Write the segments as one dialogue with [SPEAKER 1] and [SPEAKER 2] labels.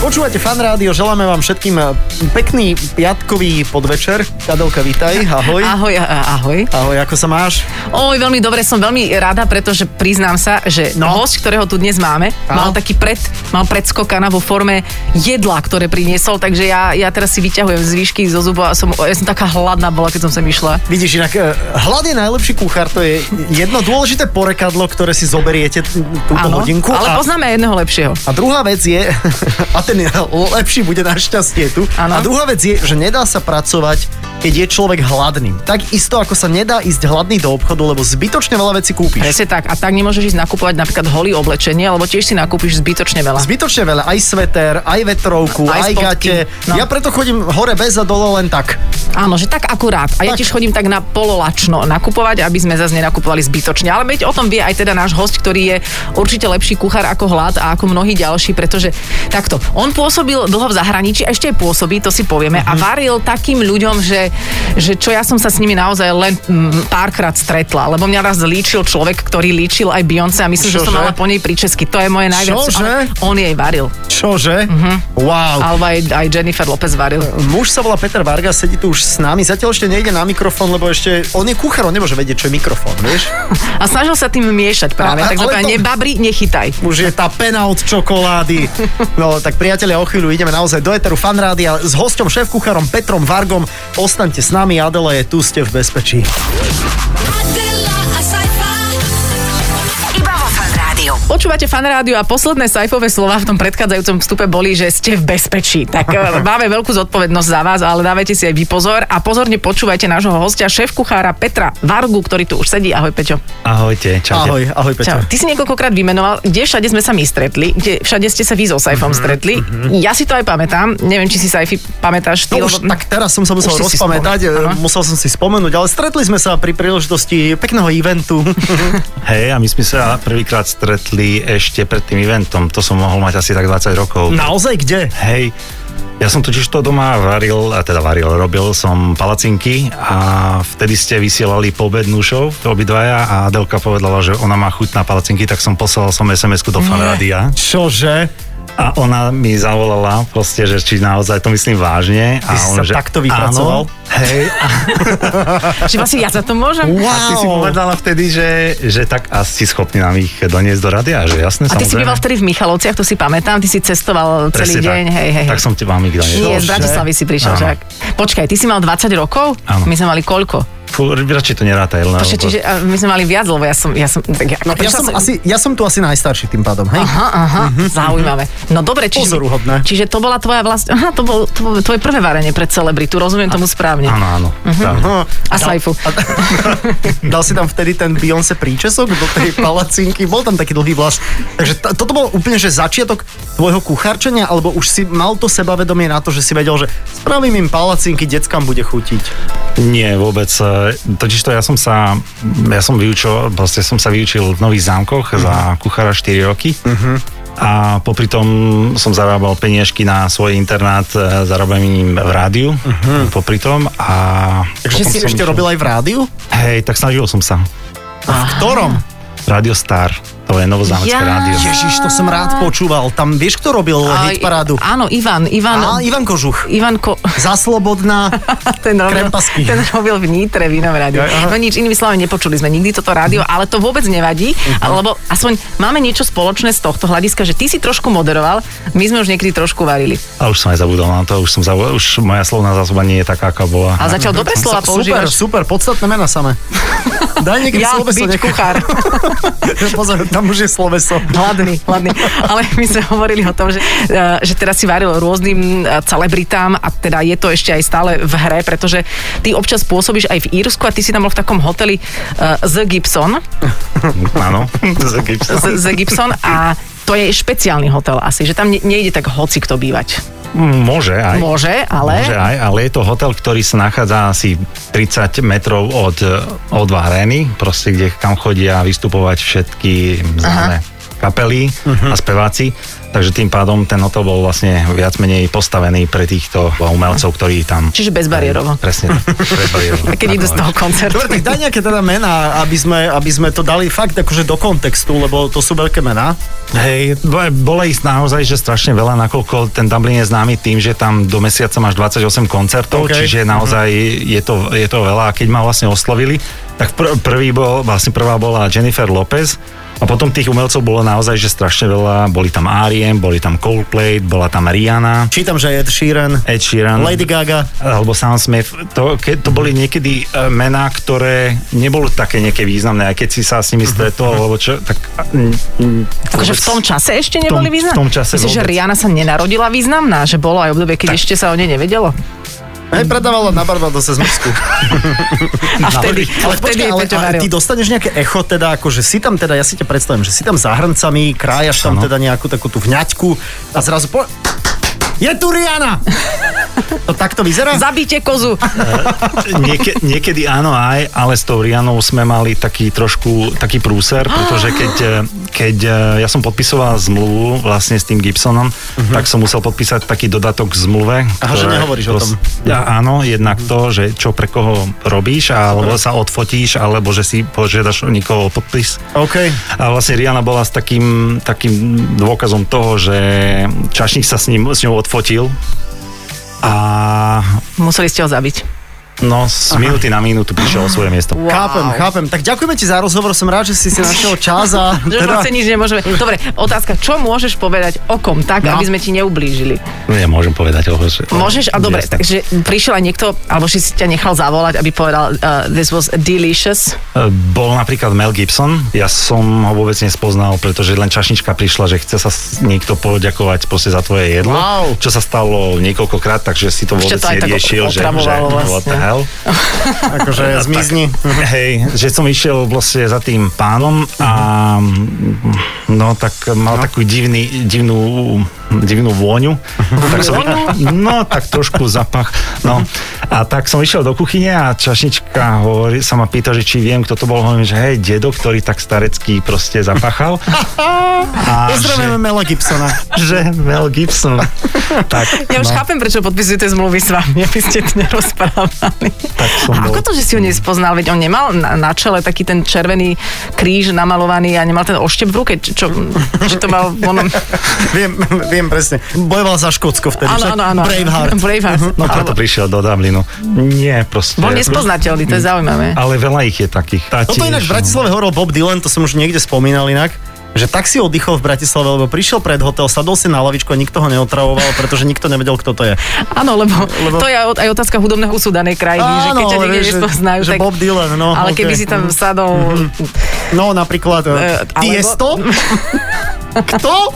[SPEAKER 1] Počúvate fan rádio, želáme vám všetkým eh, pekný piatkový podvečer. Kadelka, vítaj, ahoj.
[SPEAKER 2] Ahoj, a- ahoj.
[SPEAKER 1] Ahoj, ako sa máš?
[SPEAKER 2] Oj, veľmi dobre, som veľmi rada, pretože priznám sa, že
[SPEAKER 1] No.
[SPEAKER 2] no. host, ktorého tu dnes máme,
[SPEAKER 1] Áno.
[SPEAKER 2] mal taký pred, mal predskokana vo forme jedla, ktoré priniesol, takže ja, ja teraz si vyťahujem zvyšky zo zubov a som, ja som taká hladná bola, keď som sem išla.
[SPEAKER 1] Vidíš, inak eh, hlad je najlepší kuchár, to je jedno dôležité porekadlo, ktoré si zoberiete t- túto
[SPEAKER 2] Áno,
[SPEAKER 1] hodinku. a,
[SPEAKER 2] ale poznáme aj jedného lepšieho.
[SPEAKER 1] a druhá vec je, a ten lepší bude našťastie tu, a
[SPEAKER 2] Áno.
[SPEAKER 1] druhá vec je, že nedá sa pracovať, keď je človek hladný. Tak isto, ako sa nedá ísť hladný do obchodu, lebo zbytočne veľa vecí kúpiš.
[SPEAKER 2] Presne tak. A tak nemôžeš ísť nakupovať napríklad holý oblečenie, lebo tiež si nakúpiš zbytočne veľa.
[SPEAKER 1] Zbytočne veľa, aj sveter, aj vetrovku, aj, aj
[SPEAKER 2] Aj
[SPEAKER 1] gate.
[SPEAKER 2] spotky,
[SPEAKER 1] No.
[SPEAKER 2] no.
[SPEAKER 1] Ja preto chodím hore bez a dole len tak.
[SPEAKER 2] Áno, že tak akurát. A ja
[SPEAKER 1] Tak.
[SPEAKER 2] tiež chodím tak na pololačno nakupovať, aby sme zase nenakupovali zbytočne. Ale veď o tom vie aj teda náš host, ktorý je určite lepší kuchár ako hlad a ako mnohí ďalší, pretože takto. On pôsobil dlho v zahraničí, a ešte aj pôsobí, to si povieme,
[SPEAKER 1] Mhm.
[SPEAKER 2] a varil takým ľuďom, že, že čo ja som sa s nimi naozaj len mm, párkrát stretla, lebo mňa raz líčil človek, ktorý líčil aj Beyoncé a myslím, že som
[SPEAKER 1] Čože?
[SPEAKER 2] mala po nej príčesky. To je moje najviac.
[SPEAKER 1] Čože?
[SPEAKER 2] ale On jej varil.
[SPEAKER 1] Čože?
[SPEAKER 2] Mhm.
[SPEAKER 1] Uh-huh. Wow.
[SPEAKER 2] Alebo aj, aj Jennifer Lopez varil.
[SPEAKER 1] Muž sa volá Peter Varga, sedí tu už s nami, zatiaľ ešte nejde na mikrofón, lebo ešte on je kuchár, on nemôže vedieť, čo je mikrofón, vieš?
[SPEAKER 2] A snažil sa tým miešať práve,
[SPEAKER 1] A- a-
[SPEAKER 2] takže
[SPEAKER 1] ale
[SPEAKER 2] to...
[SPEAKER 1] to-
[SPEAKER 2] nebabri, nechytaj.
[SPEAKER 1] Už je tá pena od čokolády. No tak priatelia, o chvíľu ideme naozaj do Eteru Fanrádia s hostom šéf-kuchárom Petrom Vargom. Ostaňte s nami, Adela je tu, ste v bezpečí.
[SPEAKER 3] Adela, a sci-fi.
[SPEAKER 4] Iba vo fan rádiu.
[SPEAKER 2] Počúvate fan rádiu a posledné sajfové slova v tom predchádzajúcom vstupe boli, že ste v bezpečí. Tak e, máme veľkú zodpovednosť za vás, ale dávajte si aj vy pozor a pozorne počúvajte nášho hostia, šéf kuchára Petra Vargu, ktorý tu už sedí. Ahoj Peťo.
[SPEAKER 5] Ahojte, čaute.
[SPEAKER 1] Ahoj, ahoj Peťo.
[SPEAKER 2] Čau. Ty si niekoľkokrát vymenoval, kde všade sme sa my stretli, kde všade ste sa vy so
[SPEAKER 1] Mhm,
[SPEAKER 2] sajfom stretli. Ja si to aj pamätám. Neviem, či si sajfy pamätáš ty.
[SPEAKER 1] No už tak teraz som sa musel
[SPEAKER 2] Už si si
[SPEAKER 1] rozpamätať,
[SPEAKER 2] spomenul,
[SPEAKER 1] e,
[SPEAKER 2] áno.
[SPEAKER 1] musel som si spomenúť, ale stretli sme sa pri príležitosti pekného eventu.
[SPEAKER 5] Hej, a my sme sa prvýkrát stretli ešte pred tým eventom. To som mohol mať asi tak 20 rokov.
[SPEAKER 1] Naozaj kde?
[SPEAKER 5] Hej, ja som totiž to doma varil, a teda varil, robil som palacinky a vtedy ste vysielali poobednú show, obidvaja, a Adelka povedala, že ona má chuť na palacinky, tak som poslal som SMS-ku do fanrádia.
[SPEAKER 1] Čože?
[SPEAKER 5] A ona mi zavolala proste, že či naozaj to myslím vážne. A
[SPEAKER 1] Ty si
[SPEAKER 5] ona,
[SPEAKER 1] sa
[SPEAKER 5] že
[SPEAKER 1] takto vypracoval?
[SPEAKER 5] áno, Hej, a
[SPEAKER 2] Či vlastne ja za to môžem?
[SPEAKER 1] Wow.
[SPEAKER 5] A ty si povedala vtedy, že, že tak asi schopný nám ich doniesť do rady a že jasné,
[SPEAKER 2] A ty si býval vtedy v Michalovciach, to si pamätám, ty si cestoval celý
[SPEAKER 5] Presne
[SPEAKER 2] deň,
[SPEAKER 5] tak.
[SPEAKER 2] hej, hej.
[SPEAKER 5] Tak som ti vám ich doniesol.
[SPEAKER 2] Nie, z Bratislavy si prišiel,
[SPEAKER 5] Áno.
[SPEAKER 2] že? ak- Počkaj, ty si mal 20 rokov?
[SPEAKER 5] Áno.
[SPEAKER 2] My sme mali koľko?
[SPEAKER 5] Fú, radšej to nerátaj. Lebo...
[SPEAKER 2] Počkaj, čiže a my sme mali viac, lebo ja som... Ja som, tak, ja,
[SPEAKER 1] No, ja, som asi, ja som tu asi najstarší tým pádom, hej?
[SPEAKER 2] Aha, aha, zaujímavé. No dobre, čiže...
[SPEAKER 1] Pozoruhodné.
[SPEAKER 2] Čiže to bola tvoja vlast... Aha, to bolo to bolo tvoje prvé varenie pre celebritu, rozumiem tomu správne.
[SPEAKER 5] Áno, áno.
[SPEAKER 2] Mhm.
[SPEAKER 5] Uh-huh.
[SPEAKER 1] No,
[SPEAKER 2] A sajfu.
[SPEAKER 1] dal si tam vtedy ten Beyoncé príčesok do tej palacinky, bol tam taký dlhý vlas. Takže t- toto bol úplne, že začiatok tvojho kuchárčenia, alebo už si mal to sebavedomie na to, že si vedel, že spravím im palacinky, deckám bude chutiť.
[SPEAKER 5] Nie, vôbec. e, Totiž to ja som sa, ja som vyučil, proste som sa vyučil v Nových zámkoch
[SPEAKER 2] Mhm.
[SPEAKER 5] uh-huh. za kuchára 4 roky. Uh-huh.
[SPEAKER 1] Mhm.
[SPEAKER 5] A popri tom som zarábal peniažky na svoj internát, e, zarábam im v rádiu uh-huh. popri tom. A
[SPEAKER 1] Mhm. Takže
[SPEAKER 5] potom
[SPEAKER 1] si
[SPEAKER 5] som
[SPEAKER 1] ešte
[SPEAKER 5] išiel-
[SPEAKER 1] robil aj v rádiu?
[SPEAKER 5] Hej, tak snažil som sa.
[SPEAKER 1] V ktorom?
[SPEAKER 5] Radio Star, to je novozámecké
[SPEAKER 2] Ja.
[SPEAKER 5] rádio.
[SPEAKER 1] Ježiš, to som rád počúval. Tam vieš, kto robil
[SPEAKER 2] Aj-
[SPEAKER 1] hit parádu?
[SPEAKER 2] Áno,
[SPEAKER 1] A
[SPEAKER 2] Ivan, Ivan...
[SPEAKER 1] Ivan Kožuch.
[SPEAKER 2] Ivanko,
[SPEAKER 1] Za slobodná.
[SPEAKER 2] ten robil,
[SPEAKER 1] Krempasky.
[SPEAKER 2] ten robil v Nitre v inom rádiu.
[SPEAKER 1] Ja, aha. Mhm.
[SPEAKER 2] No nič, inými slovami, nepočuli sme nikdy toto rádio, ale to vôbec nevadí, lebo aspoň máme niečo spoločné z tohto hľadiska, že ty si trošku moderoval, my sme už niekedy trošku varili.
[SPEAKER 5] A už som aj zabudol na to, už som zabudol, už moja slovná zásoba nie je taká, aká bola.
[SPEAKER 2] A zatiaľ dobre slova
[SPEAKER 1] super,
[SPEAKER 2] používaš.
[SPEAKER 1] super, podstatné mena samé. Daj niekedy
[SPEAKER 2] Ja,
[SPEAKER 1] sloveso.
[SPEAKER 2] byť
[SPEAKER 1] nech-
[SPEAKER 2] kuchár.
[SPEAKER 1] Pozor, tam už je sloveso.
[SPEAKER 2] Hladný, hladný. Ale my sme hovorili o tom, že, eh, že teraz si varil rôznym eh, celebritám a teda je to ešte aj stále v hre, pretože ty občas pôsobíš aj v Írsku a ty si tam bol v takom hoteli uh, The Gibson.
[SPEAKER 5] Áno, z Gibson.
[SPEAKER 2] z, z Gibson a to je špeciálny hotel asi, že tam ne, nejde tak hoci kto bývať.
[SPEAKER 5] Môže aj.
[SPEAKER 2] Môže, ale...
[SPEAKER 5] Môže aj, ale je to hotel, ktorý sa nachádza asi 30 metrov od, od arény, proste kde kam chodia vystupovať všetky známe. kapely
[SPEAKER 2] Mhm.
[SPEAKER 5] uh-huh. a speváci, takže tým pádom ten hotel bol vlastne viac menej postavený pre týchto umelcov, ktorí tam...
[SPEAKER 2] Čiže bezbariérovo.
[SPEAKER 5] Presne,
[SPEAKER 2] A
[SPEAKER 5] bezbariérovo.
[SPEAKER 2] keď idú z toho koncertu.
[SPEAKER 1] Dobre, tak daj nejaké teda mená, aby sme, aby sme to dali fakt akože do kontextu, lebo to sú veľké mená.
[SPEAKER 5] Hej, bo- bolo ich naozaj, že strašne veľa, nakoľko ten Dublin je známy tým, že tam do mesiaca máš 28
[SPEAKER 1] OK.
[SPEAKER 5] koncertov,
[SPEAKER 1] Mhm.
[SPEAKER 5] okay. čiže naozaj je, to, je to veľa. A keď ma vlastne oslovili, tak pr- prvý bol, vlastne prvá bola Jennifer Lopez, a potom tých umelcov bolo naozaj, že strašne veľa. Boli tam Ariem, boli tam Coldplay, bola tam Rihanna,
[SPEAKER 1] Čítam, že Ed Sheeran,
[SPEAKER 5] Ed Sheeran.
[SPEAKER 1] Lady Gaga.
[SPEAKER 5] alebo Sam Smith, to, ke, to boli niekedy e, mená, ktoré neboli také nejaké významné, aj keď si sa
[SPEAKER 1] Mhm.
[SPEAKER 5] s nimi stretol, alebo čo, tak... mm, mm,
[SPEAKER 2] Akože v
[SPEAKER 5] vôbec-
[SPEAKER 2] tom čase ešte neboli
[SPEAKER 5] v tom
[SPEAKER 2] významné?
[SPEAKER 5] čase
[SPEAKER 2] Myslíš, že
[SPEAKER 5] vôbec.
[SPEAKER 2] Rihanna sa nenarodila významná? Že bolo aj obdobie, keď ešte sa o nej nevedelo?
[SPEAKER 1] Hej, predávala na Barbadose zmrzku.
[SPEAKER 2] A vtedy,
[SPEAKER 1] Ale
[SPEAKER 2] ale
[SPEAKER 1] počkaj,
[SPEAKER 2] vtedy je
[SPEAKER 1] ale,
[SPEAKER 2] Peťo
[SPEAKER 1] ale
[SPEAKER 2] Varil.
[SPEAKER 1] ty dostaneš nejaké echo, teda akože si tam teda, ja si ťa predstavím, že si tam za hrancami, krájaš tam
[SPEAKER 5] Áno.
[SPEAKER 1] teda nejakú takú tú vňaťku a zrazu po... Je tu Rihanna! No, To takto vyzerá?
[SPEAKER 2] Zabíte kozu.
[SPEAKER 5] Nieke, niekedy áno aj, ale s tou Rianou sme mali taký trošku taký prúser, pretože keď, e, keď e, ja som podpisoval zmluvu vlastne s tým Gibsonom, uh-huh. tak som musel podpísať taký dodatok k zmluve.
[SPEAKER 1] Mhm. Aha, že nehovoríš o tom. Mhm.
[SPEAKER 5] Ja, áno, jednak to, že čo pre koho robíš, alebo sa odfotíš, alebo že si požiadaš o nikoho o podpis.
[SPEAKER 1] OK.
[SPEAKER 5] A vlastne Rihanna bola s takým, takým dôkazom toho, že Čašník sa s, ním, s ňou odfotil a
[SPEAKER 2] Museli ste ho zabiť.
[SPEAKER 5] No, z minúty na minútu prišiel o svoje miesto.
[SPEAKER 1] Wow. Chápem, chápem. Tak ďakujeme ti za rozhovor, som rád, že si si našiel čas a...
[SPEAKER 2] Že
[SPEAKER 1] Teda,
[SPEAKER 2] vlastne nič nemôžeme. Dobre, otázka, čo môžeš povedať o kom tak,
[SPEAKER 1] No.
[SPEAKER 2] aby sme ti neublížili?
[SPEAKER 5] Nemôžem No povedať o že...
[SPEAKER 2] Môžeš? A dobre,
[SPEAKER 5] Jasné.
[SPEAKER 2] takže prišiel aj niekto, alebo že si ťa nechal zavolať, aby povedal, uh, this was delicious.
[SPEAKER 5] E, Bol napríklad Mel Gibson, ja som ho vôbec nespoznal, pretože len čašnička prišla, že chce sa s- niekto poďakovať proste za tvoje jedlo,
[SPEAKER 1] Wow.
[SPEAKER 5] čo sa stalo niekoľkokrát, takže si to
[SPEAKER 2] Už ťa
[SPEAKER 5] vôbec
[SPEAKER 2] to aj tak
[SPEAKER 5] neriešil, že, že
[SPEAKER 2] otravovalo vlastne.
[SPEAKER 5] what the hell.
[SPEAKER 1] akože zmizni.
[SPEAKER 5] Hej, že som išiel vlastne za tým pánom a mm, no tak mal takú divný, divnú, divnú vôňu. Tak som, no tak trošku zapach. No a tak som išiel do kuchyne a čašnička hovorí, sa ma pýta, že či viem, kto to bol. Hovorím, že hej, dedo, ktorý tak starecký proste zapachal. A
[SPEAKER 1] Pozdravujeme Mela Gibsona.
[SPEAKER 5] že, že Mel Gibson. Tak,
[SPEAKER 2] Ja už
[SPEAKER 5] no,
[SPEAKER 2] chápem, prečo podpisujete zmluvy s vami, aby ste to nerozprávali.
[SPEAKER 5] tak som
[SPEAKER 2] A
[SPEAKER 5] bol.
[SPEAKER 2] ako to, že si ho nespoznal? Veď on nemal na, na čele taký ten červený kríž namalovaný a nemal ten oštep v ruke? Č- Čo, čo to mal v onom...
[SPEAKER 1] Viem, viem presne. Bojoval za Škótsko vtedy. však?
[SPEAKER 2] Áno, áno, áno.
[SPEAKER 1] Braveheart.
[SPEAKER 2] Braveheart.
[SPEAKER 5] No preto prišiel do Dublinu. Nie, proste.
[SPEAKER 2] Bol nespoznateľný,
[SPEAKER 1] Mm.
[SPEAKER 2] to je zaujímavé.
[SPEAKER 5] Ale veľa ich je takých.
[SPEAKER 1] Toto No inak v Bratislave horol Bob Dylan, to som už niekde spomínal inak že tak si oddychol v Bratislave, lebo prišiel pred hotel, sadol si na lavičku a nikto ho neotravoval, pretože nikto nevedel, kto to je.
[SPEAKER 2] Áno, lebo, lebo to je aj otázka hudobného úsu danej krajiny, že keď ťa
[SPEAKER 1] ale
[SPEAKER 2] niekde
[SPEAKER 1] vieš, že,
[SPEAKER 2] nespoznajú,
[SPEAKER 1] že
[SPEAKER 2] tak...
[SPEAKER 1] Bob Dylan, no.
[SPEAKER 2] ale keby
[SPEAKER 1] okej.
[SPEAKER 2] si tam sadol...
[SPEAKER 1] No, napríklad...
[SPEAKER 2] Eh,
[SPEAKER 1] Uh,
[SPEAKER 2] alebo-
[SPEAKER 1] Tiesto? Kto?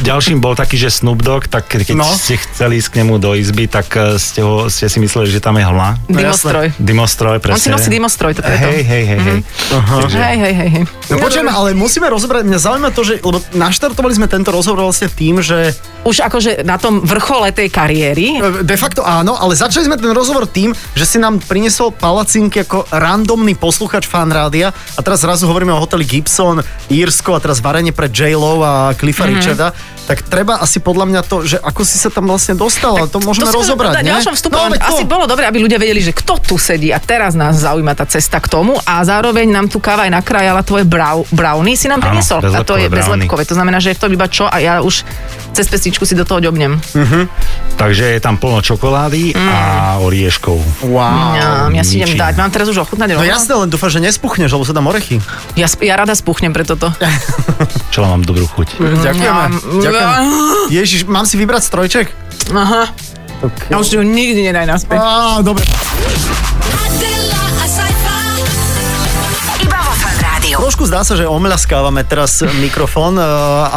[SPEAKER 5] Ďalším bol taký, že Snoop Dogg, tak ke- keď
[SPEAKER 1] No.
[SPEAKER 5] no. ste chceli ísť k nemu do izby, tak eh, ste, ho, ste si mysleli, že tam je hla.
[SPEAKER 1] No,
[SPEAKER 2] Dimostroj.
[SPEAKER 5] Dimostroj, presne.
[SPEAKER 2] On si nosí dimostroj, to je to.
[SPEAKER 5] Hej, hej, hej, hej. Takže-
[SPEAKER 2] Hej, hej, hej. hej.
[SPEAKER 1] No počujem, ale musíme rozobrať, mňa zaujíma to, že, lebo naštartovali sme tento rozhovor vlastne tým, že
[SPEAKER 2] Už akože na tom vrchole tej kariéry,
[SPEAKER 1] E, De facto áno, ale začali sme ten rozhovor tým, že si nám priniesol palacinky ako randomný posluchač fan rádia a teraz zrazu hovoríme o hoteli Gibson, Írsko a teraz varenie pre j a
[SPEAKER 2] Mhm.
[SPEAKER 1] Cliffa mm-hmm. Richarda, tak treba asi podľa mňa to, že ako si sa tam vlastne dostal, ale to môžeme
[SPEAKER 2] to
[SPEAKER 1] rozobrať,
[SPEAKER 2] na
[SPEAKER 1] nie?
[SPEAKER 2] ďalšom vstupu. No,
[SPEAKER 1] veď to-
[SPEAKER 2] asi bolo dobre, aby ľudia vedeli, že kto tu sedí a teraz nás zaujíma tá cesta k tomu a zároveň nám tu káva aj nakrájala tvoje brau, brownie, si nám
[SPEAKER 5] Áno,
[SPEAKER 2] priniesol. a to je
[SPEAKER 5] bezlepkové brownie.
[SPEAKER 2] bezlepkové, to znamená, že je to iba čo a ja už cez pestičku si do toho ďobnem.
[SPEAKER 5] Takže je tam plno čokolády
[SPEAKER 2] Mhm.
[SPEAKER 5] a orieškov.
[SPEAKER 1] Wow.
[SPEAKER 2] Ja, ja si idem
[SPEAKER 5] ničím.
[SPEAKER 2] dať, mám teraz už ochutnať.
[SPEAKER 1] No
[SPEAKER 2] rovno?
[SPEAKER 1] jasné, len dúfam, že nespuchneš, lebo sa tam orechy.
[SPEAKER 2] ja, sp- ja rada spúchnem pre toto.
[SPEAKER 5] Čo mám dobrú chuť.
[SPEAKER 1] Ďakujeme.
[SPEAKER 2] Mm.
[SPEAKER 1] Ďakujem. Ježiš, mám si vybrať strojček?
[SPEAKER 2] Aha. Ja už si ju nikdy nedaj naspäť.
[SPEAKER 1] Á, dobre.
[SPEAKER 3] Adela, a
[SPEAKER 4] Iba vo fan rádiu.
[SPEAKER 1] Trošku zdá sa, že omľaskávame teraz mikrofón. Eh,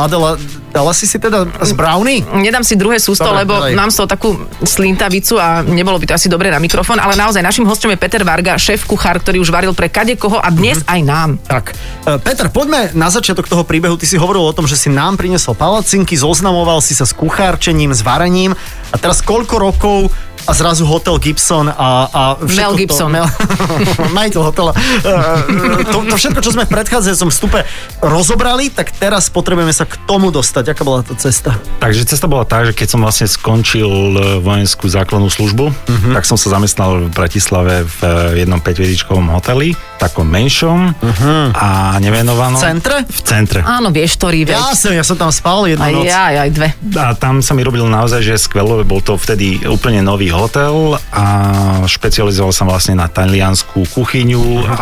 [SPEAKER 1] Adela, dala si si teda z brownie?
[SPEAKER 2] Nedám si druhé sústo,
[SPEAKER 1] Dobre,
[SPEAKER 2] Dobre, lebo
[SPEAKER 1] daj.
[SPEAKER 2] mám z toho takú slintavicu a nebolo by to asi dobre na mikrofón, ale naozaj našim hostom je Peter Varga, šéf kuchár, ktorý už varil pre kade koho a dnes aj nám.
[SPEAKER 1] Tak, e, Peter, poďme na začiatok toho príbehu. Ty si hovoril o tom, že si nám prinesol palacinky, zoznamoval si sa s kuchárčením, s varením a teraz koľko rokov a zrazu hotel Gibson a, a všetko
[SPEAKER 2] Mel Gibson.
[SPEAKER 1] To, Mel, majiteľ hotela. E, e, To, to všetko, čo sme v predchádzajúcom stupe rozobrali, tak teraz potrebujeme sa k tomu dostať. Aká bola tá cesta?
[SPEAKER 5] Takže cesta bola tá, že keď som vlastne skončil e, vojenskú základnú službu, uh-huh. tak som sa zamestnal v Bratislave v e, jednom 5 hoteli, takom menšom uh-huh. a nevenovanom.
[SPEAKER 1] V centre?
[SPEAKER 5] V centre.
[SPEAKER 2] Áno, vieš, ktorý veď.
[SPEAKER 1] Ja som, ja som tam spal jednu
[SPEAKER 2] Aj
[SPEAKER 1] noc.
[SPEAKER 2] ja, aj dve.
[SPEAKER 5] A tam sa mi robil naozaj, že skvelo, bol to vtedy úplne nový hotel a špecializoval sa vlastne na talianskú kuchyňu a,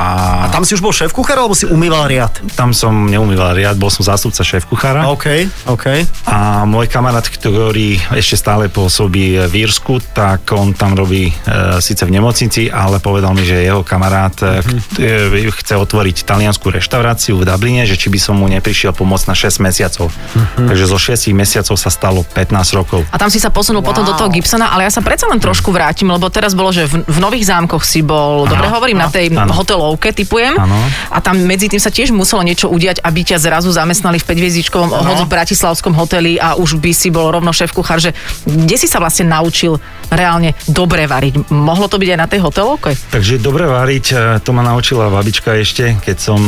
[SPEAKER 5] a tam,
[SPEAKER 1] Tam si už bol šéf kuchár, alebo si umýval riad?
[SPEAKER 5] tam som neumýval riad, bol som zástupca šéf kuchára.
[SPEAKER 1] OK, OK.
[SPEAKER 5] A môj kamarát, ktorý ešte stále pôsobí v Írsku, tak on tam robí e, síce v nemocnici, ale povedal mi, že jeho kamarát e, kt- e, chce otvoriť taliansku reštauráciu v Dubline, že či by som mu neprišiel pomôcť na 6 mesiacov. Takže zo 6 mesiacov sa stalo 15 rokov.
[SPEAKER 2] A tam si sa posunul wow. potom do toho Gibsona, ale ja sa predsa len trošku
[SPEAKER 5] Hm.
[SPEAKER 2] vrátim, lebo teraz bolo, že v, v Nových zámkoch si bol, ano, dobre hovorím, na tej
[SPEAKER 5] áno.
[SPEAKER 2] hotelovke, typujem.
[SPEAKER 5] Áno.
[SPEAKER 2] A tam medzi tým sa tiež muselo niečo udiať, aby ťa zrazu zamestnali v 5-hviezdičkovom hodu v Bratislavskom hoteli a už by si bol rovno šéf kuchár, že kde si sa vlastne naučil reálne dobre variť? Mohlo to byť aj na tej hotelovke?
[SPEAKER 5] Takže dobre variť, e, to ma naučila babička ešte, keď som,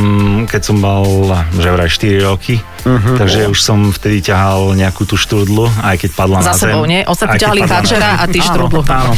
[SPEAKER 5] keď som mal že vraj 4 roky. Uh-huh. Takže už som vtedy ťahal nejakú tú štrudlu, aj keď padla
[SPEAKER 2] Za
[SPEAKER 5] na zem.
[SPEAKER 2] sebou, nie? Ostatní
[SPEAKER 5] Aj keď
[SPEAKER 2] ťahali
[SPEAKER 5] padla na
[SPEAKER 2] Thatchera
[SPEAKER 5] zem.
[SPEAKER 2] a ty
[SPEAKER 5] Áno,
[SPEAKER 2] štrudlu.
[SPEAKER 5] Áno,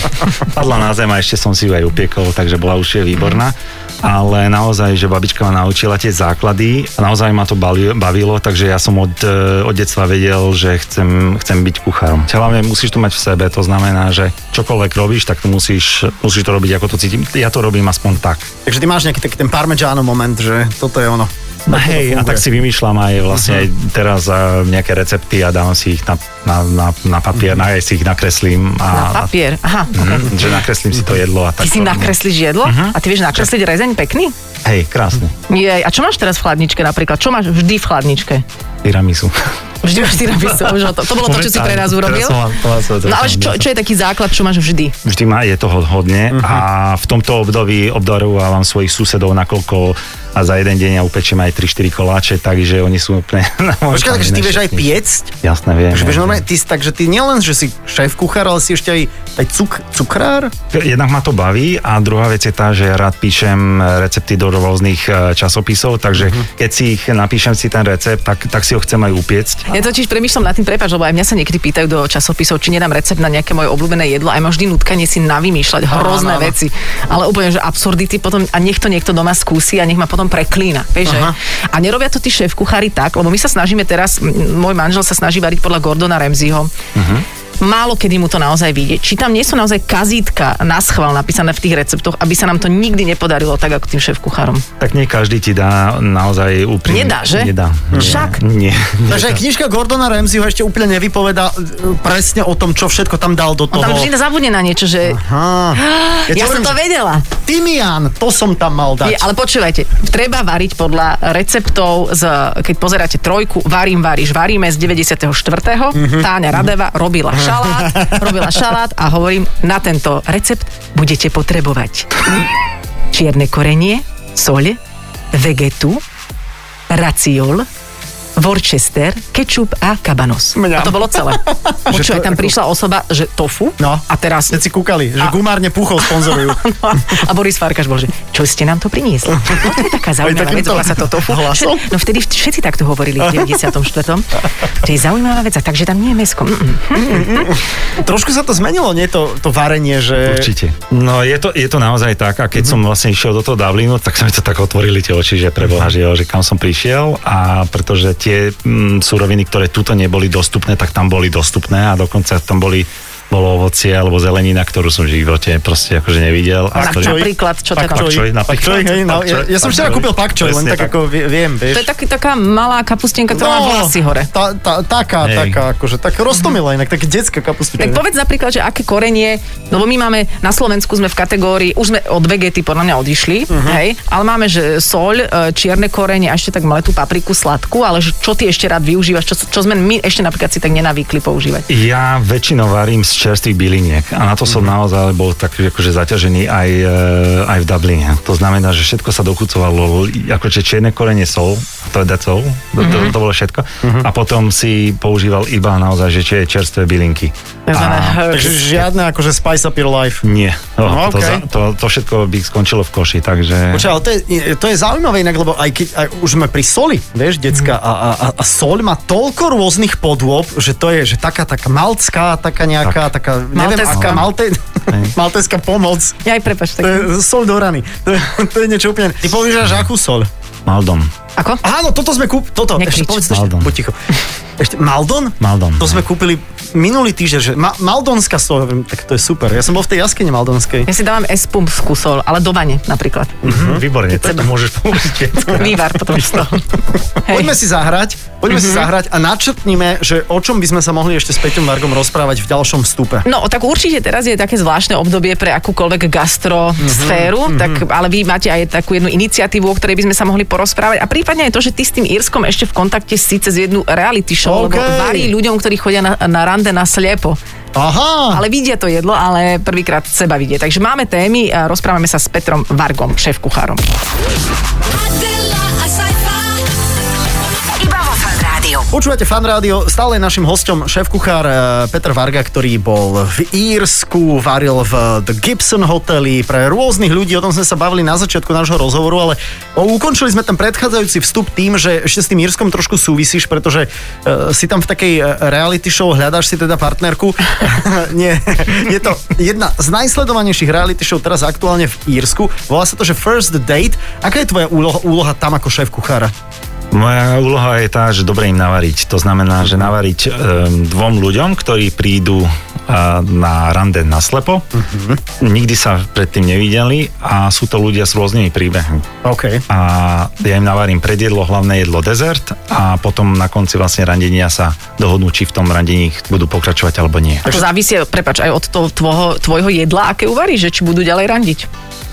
[SPEAKER 5] padla na zem a ešte som si ju aj upiekol, takže bola už je výborná. Ale naozaj, že babička ma naučila tie základy a naozaj ma to bali- bavilo, takže ja som od, e, od detstva vedel, že chcem, chcem byť kuchárom. Hlavne musíš to mať v sebe, to znamená, že čokoľvek robíš, tak to musíš, musíš to robiť, ako to cítim. Ja to robím aspoň tak.
[SPEAKER 1] Takže ty máš nejaký taký ten parmežáno moment, že toto je ono.
[SPEAKER 5] No hej,
[SPEAKER 1] funguje.
[SPEAKER 5] a tak si vymýšľam aj vlastne aj teraz a, nejaké recepty a dávam si ich na, na, na, na papier, na, aj si ich nakreslím. A,
[SPEAKER 2] Na papier. Aha.
[SPEAKER 5] A, mm, že nakreslím si to jedlo a
[SPEAKER 2] Ty
[SPEAKER 5] tak.
[SPEAKER 2] si nakreslíš jedlo
[SPEAKER 5] Mhm.
[SPEAKER 2] a ty vieš nakresliť rezeň pekný?
[SPEAKER 5] Hej, krásne.
[SPEAKER 2] Jej, a čo máš teraz v chladničke napríklad? Čo máš vždy v chladničke?
[SPEAKER 5] Tiramisu.
[SPEAKER 2] Vždy máš tiramisu, už ho No to. To bolo to, čo si pre nás urobil? No ale čo, Mhm. čo je taký základ, čo máš vždy?
[SPEAKER 5] Vždy má, je toho hodne a v tomto období obdarovávam svojich susedov, nakoľko a za jeden deň ja upečiem aj 3-4 koláče, takže oni sú úplne...
[SPEAKER 1] Počkaj, takže ty vieš aj piecť?
[SPEAKER 5] Jasné, viem.
[SPEAKER 1] Že
[SPEAKER 5] viem,
[SPEAKER 1] vieš,
[SPEAKER 5] viem.
[SPEAKER 1] normálne, ty, si- takže ty nielen, že si šéf kuchár, ale si ešte aj, aj cuk, cukrár?
[SPEAKER 5] Jednak ma to baví a druhá vec je tá, že ja rád píšem e, recepty do rôznych e, časopisov, takže
[SPEAKER 1] Mhm.
[SPEAKER 5] keď si ich napíšem si ten recept, tak, tak si ho chcem aj upiecť.
[SPEAKER 2] Ja totiž premýšľam nad tým, prepáč, lebo aj mňa sa niekedy pýtajú do časopisov, či nedám recept na nejaké moje obľúbené jedlo a ja mám vždy nutkanie si navymýšľať hrozné
[SPEAKER 1] áno.
[SPEAKER 2] veci. Ale úplne, že absurdity potom a nech to niekto doma skúsi a nech ma potom preklína. Vieš, že?
[SPEAKER 1] Aha.
[SPEAKER 2] A nerobia to tí šéf kuchári tak, lebo my sa snažíme teraz, m- môj manžel sa snaží variť podľa Gordona Ramseyho.
[SPEAKER 1] Mhm.
[SPEAKER 2] Málo kedy mu to naozaj vyjde. Či tam nie sú naozaj kazítka na schvál napísané v tých receptoch, aby sa nám to nikdy nepodarilo tak ako tým šéf kuchárom.
[SPEAKER 5] Tak nie každý ti dá naozaj úprimne.
[SPEAKER 2] Nedá, že?
[SPEAKER 5] Nedá. Nie.
[SPEAKER 2] Však.
[SPEAKER 5] Nie.
[SPEAKER 1] Takže aj knižka Gordona Ramseyho ešte úplne nevypoveda e, presne o tom, čo všetko tam dal do toho.
[SPEAKER 2] On tam vždy zabudne na niečo, že
[SPEAKER 1] Á,
[SPEAKER 2] ja, ja
[SPEAKER 1] hovorím,
[SPEAKER 2] som to
[SPEAKER 1] že
[SPEAKER 2] vedela.
[SPEAKER 1] Tymián, to som tam mal dať.
[SPEAKER 2] Je, ale počúvajte, treba variť podľa receptov, z, keď pozeráte trojku, varím, varíš, varíme z
[SPEAKER 1] Mhm.
[SPEAKER 2] 94. Mm-hmm. Táňa Radeva robila šalát, robila šalát a hovorím, na tento recept budete potrebovať čierne korenie, soľ, vegetu, raciol, Worcester, kečup a kabanos.
[SPEAKER 1] Mňam.
[SPEAKER 2] A to bolo celé.
[SPEAKER 1] to
[SPEAKER 2] Počúvaj, tam
[SPEAKER 1] ako-
[SPEAKER 2] prišla osoba, že tofu
[SPEAKER 1] No.
[SPEAKER 2] a teraz
[SPEAKER 1] Všetci kúkali, že gumárne puchov sponzorujú.
[SPEAKER 2] No a Boris Farkaš bol, že čo ste nám to priniesli? No to je taká zaujímavá vec,
[SPEAKER 1] takýmto
[SPEAKER 2] volá sa to tofu.
[SPEAKER 1] hlasom?
[SPEAKER 2] No vtedy vt- všetci takto hovorili v 94. To je zaujímavá vec, a takže tam nie je mesko. Mm-mm.
[SPEAKER 1] Trošku sa to zmenilo, nie to, to varenie, že...
[SPEAKER 5] Určite. No je to, je to naozaj tak a keď som vlastne išiel do toho Dublinu, tak sa mi to tak otvorili tie oči, že preboha, že, jo, že kam som prišiel a pretože tie mm, suroviny, ktoré tuto neboli dostupné, tak tam boli dostupné a dokonca tam boli bolo ovocie alebo zelenina, ktorú som v živote proste akože nevidel. A
[SPEAKER 2] Tak
[SPEAKER 5] ktorý-
[SPEAKER 2] čo napríklad, čo
[SPEAKER 1] Pak
[SPEAKER 2] taká...
[SPEAKER 5] čoj.
[SPEAKER 1] čoj,
[SPEAKER 5] napríklad.
[SPEAKER 1] Pak čoj, hej, no,
[SPEAKER 5] Pak
[SPEAKER 1] ja,
[SPEAKER 5] čoj,
[SPEAKER 1] ja som
[SPEAKER 5] pak
[SPEAKER 1] včera
[SPEAKER 5] čoj.
[SPEAKER 1] kúpil pak čoj, len
[SPEAKER 5] Presne
[SPEAKER 1] tak,
[SPEAKER 5] tak.
[SPEAKER 1] ako vie- viem, vieš. No,
[SPEAKER 2] To je taký, taká malá kapustienka, ktorá má vlasy hore.
[SPEAKER 1] Tá, tá, taká,
[SPEAKER 5] Hej.
[SPEAKER 1] taká, akože, tak roztomila inak, také detská kapustička.
[SPEAKER 2] Tak povedz napríklad, že aké korenie, lebo my máme, na Slovensku sme v kategórii, už sme od vegety podľa mňa odišli,
[SPEAKER 1] Mhm.
[SPEAKER 2] uh-huh. hej, ale máme, že soľ, e, čierne korenie a ešte tak malé tú papriku sladkú, ale že čo ty ešte rád využívaš, čo, čo sme my ešte napríklad si tak nenavykli používať.
[SPEAKER 5] Ja väčšinou varím z čerstvých byliniek a na to
[SPEAKER 1] Mhm.
[SPEAKER 5] som naozaj bol tak akože zaťažený aj, e, aj v Dubline. To znamená, že všetko sa dokucovalo, akože čierne korenie sol, to je sol,
[SPEAKER 1] Mhm.
[SPEAKER 5] to, to, to bolo všetko. A potom si používal iba naozaj, že či- čerstvé bylinky.
[SPEAKER 2] tzv.
[SPEAKER 1] Takže žiadne akože Spice Up Your Life.
[SPEAKER 5] Nie, to,
[SPEAKER 1] No,
[SPEAKER 5] to,
[SPEAKER 1] okej.
[SPEAKER 5] za- to, to všetko by skončilo v koši, takže...
[SPEAKER 1] Počkaj, ale to je, to je zaujímavé inak, lebo aj keď aj už sme pri soli, vieš, decka, a, a, a, a sol má toľko rôznych podôb, že to je, že taká, taká malcká, taká nejaká, tak. taká, neviem,
[SPEAKER 2] Malteská.
[SPEAKER 1] aká, malte, malteská pomoc.
[SPEAKER 2] Ja aj prepač,
[SPEAKER 1] To
[SPEAKER 2] tak...
[SPEAKER 1] je sol do rany. To je, to je niečo úplne... Ty povieš, že akú sol?
[SPEAKER 5] Maldon.
[SPEAKER 2] Ako?
[SPEAKER 1] Áno, toto sme kúp... Toto,
[SPEAKER 2] Nekrič.
[SPEAKER 1] ešte povedz to ešte,
[SPEAKER 5] Maldon.
[SPEAKER 1] poď ticho. Ešte, Maldon?
[SPEAKER 5] Maldon,
[SPEAKER 1] To
[SPEAKER 5] hej.
[SPEAKER 1] sme kúpili minulý týždeň, že Ma- Maldonská sol, hovorím, tak to je super. Ja som bol v tej jaskyni Maldonskej.
[SPEAKER 2] Ja si dávam espum z kusol, ale do vane napríklad.
[SPEAKER 1] Mhm.
[SPEAKER 5] Mm-hmm. Výborne, tak to môžeš použiť.
[SPEAKER 2] Vývar potom z toho.
[SPEAKER 1] Poďme
[SPEAKER 2] Hej.
[SPEAKER 1] si zahrať, poďme si zahrať a načrtnime, že o čom by sme sa mohli ešte s Peťom Vargom rozprávať v ďalšom vstupe.
[SPEAKER 2] No, tak určite teraz je také zvláštne obdobie pre akúkoľvek gastro sféru, tak, ale vy máte aj takú jednu iniciatívu, o ktorej by sme sa mohli porozprávať. A prípadne aj to, že ty s tým Írskom ešte v kontakte si cez jednu reality show, lebo
[SPEAKER 1] Okej.
[SPEAKER 2] varí ľuďom, ktorí chodia na, na rande na slepo.
[SPEAKER 1] Aha, ale...
[SPEAKER 2] Ale vidia to jedlo, ale prvýkrát seba vidie. Takže máme témy a rozprávame sa s Petrom Vargom, šéf-kuchárom.
[SPEAKER 3] Adela, a sci-fi.
[SPEAKER 4] Iba vo Fan Rádiu.
[SPEAKER 1] počúvate fan rádio, stále je našim hostom šéf-kuchár e, Peter Varga, ktorý bol v Írsku, varil v The Gibson hoteli pre rôznych ľudí, o tom sme sa bavili na začiatku nášho rozhovoru, ale o, ukončili sme ten predchádzajúci vstup tým, že ešte s tým Írskom trošku súvisíš, pretože e, si tam v takej e, reality show, hľadáš si teda partnerku. Nie, je to jedna z najsledovanejších reality show teraz aktuálne v Írsku. Volá sa to, že First Date. Aká je tvoja úloha, úloha tam ako šéf kuchára?
[SPEAKER 5] Moja úloha je tá, že dobre im navariť. To znamená, že navariť um, dvom ľuďom, ktorí prídu uh, na rande na slepo.
[SPEAKER 2] Mhm.
[SPEAKER 5] Nikdy sa predtým nevideli a sú to ľudia s rôznymi príbehmi.
[SPEAKER 1] OK.
[SPEAKER 5] A ja im navarím predjedlo, hlavné jedlo, dezert a potom na konci vlastne randenia sa dohodnú, či v tom randení budú pokračovať alebo nie.
[SPEAKER 2] A to závisí, prepač, aj od toho tvojho, tvojho jedla, aké uvaríš, že či budú ďalej randiť.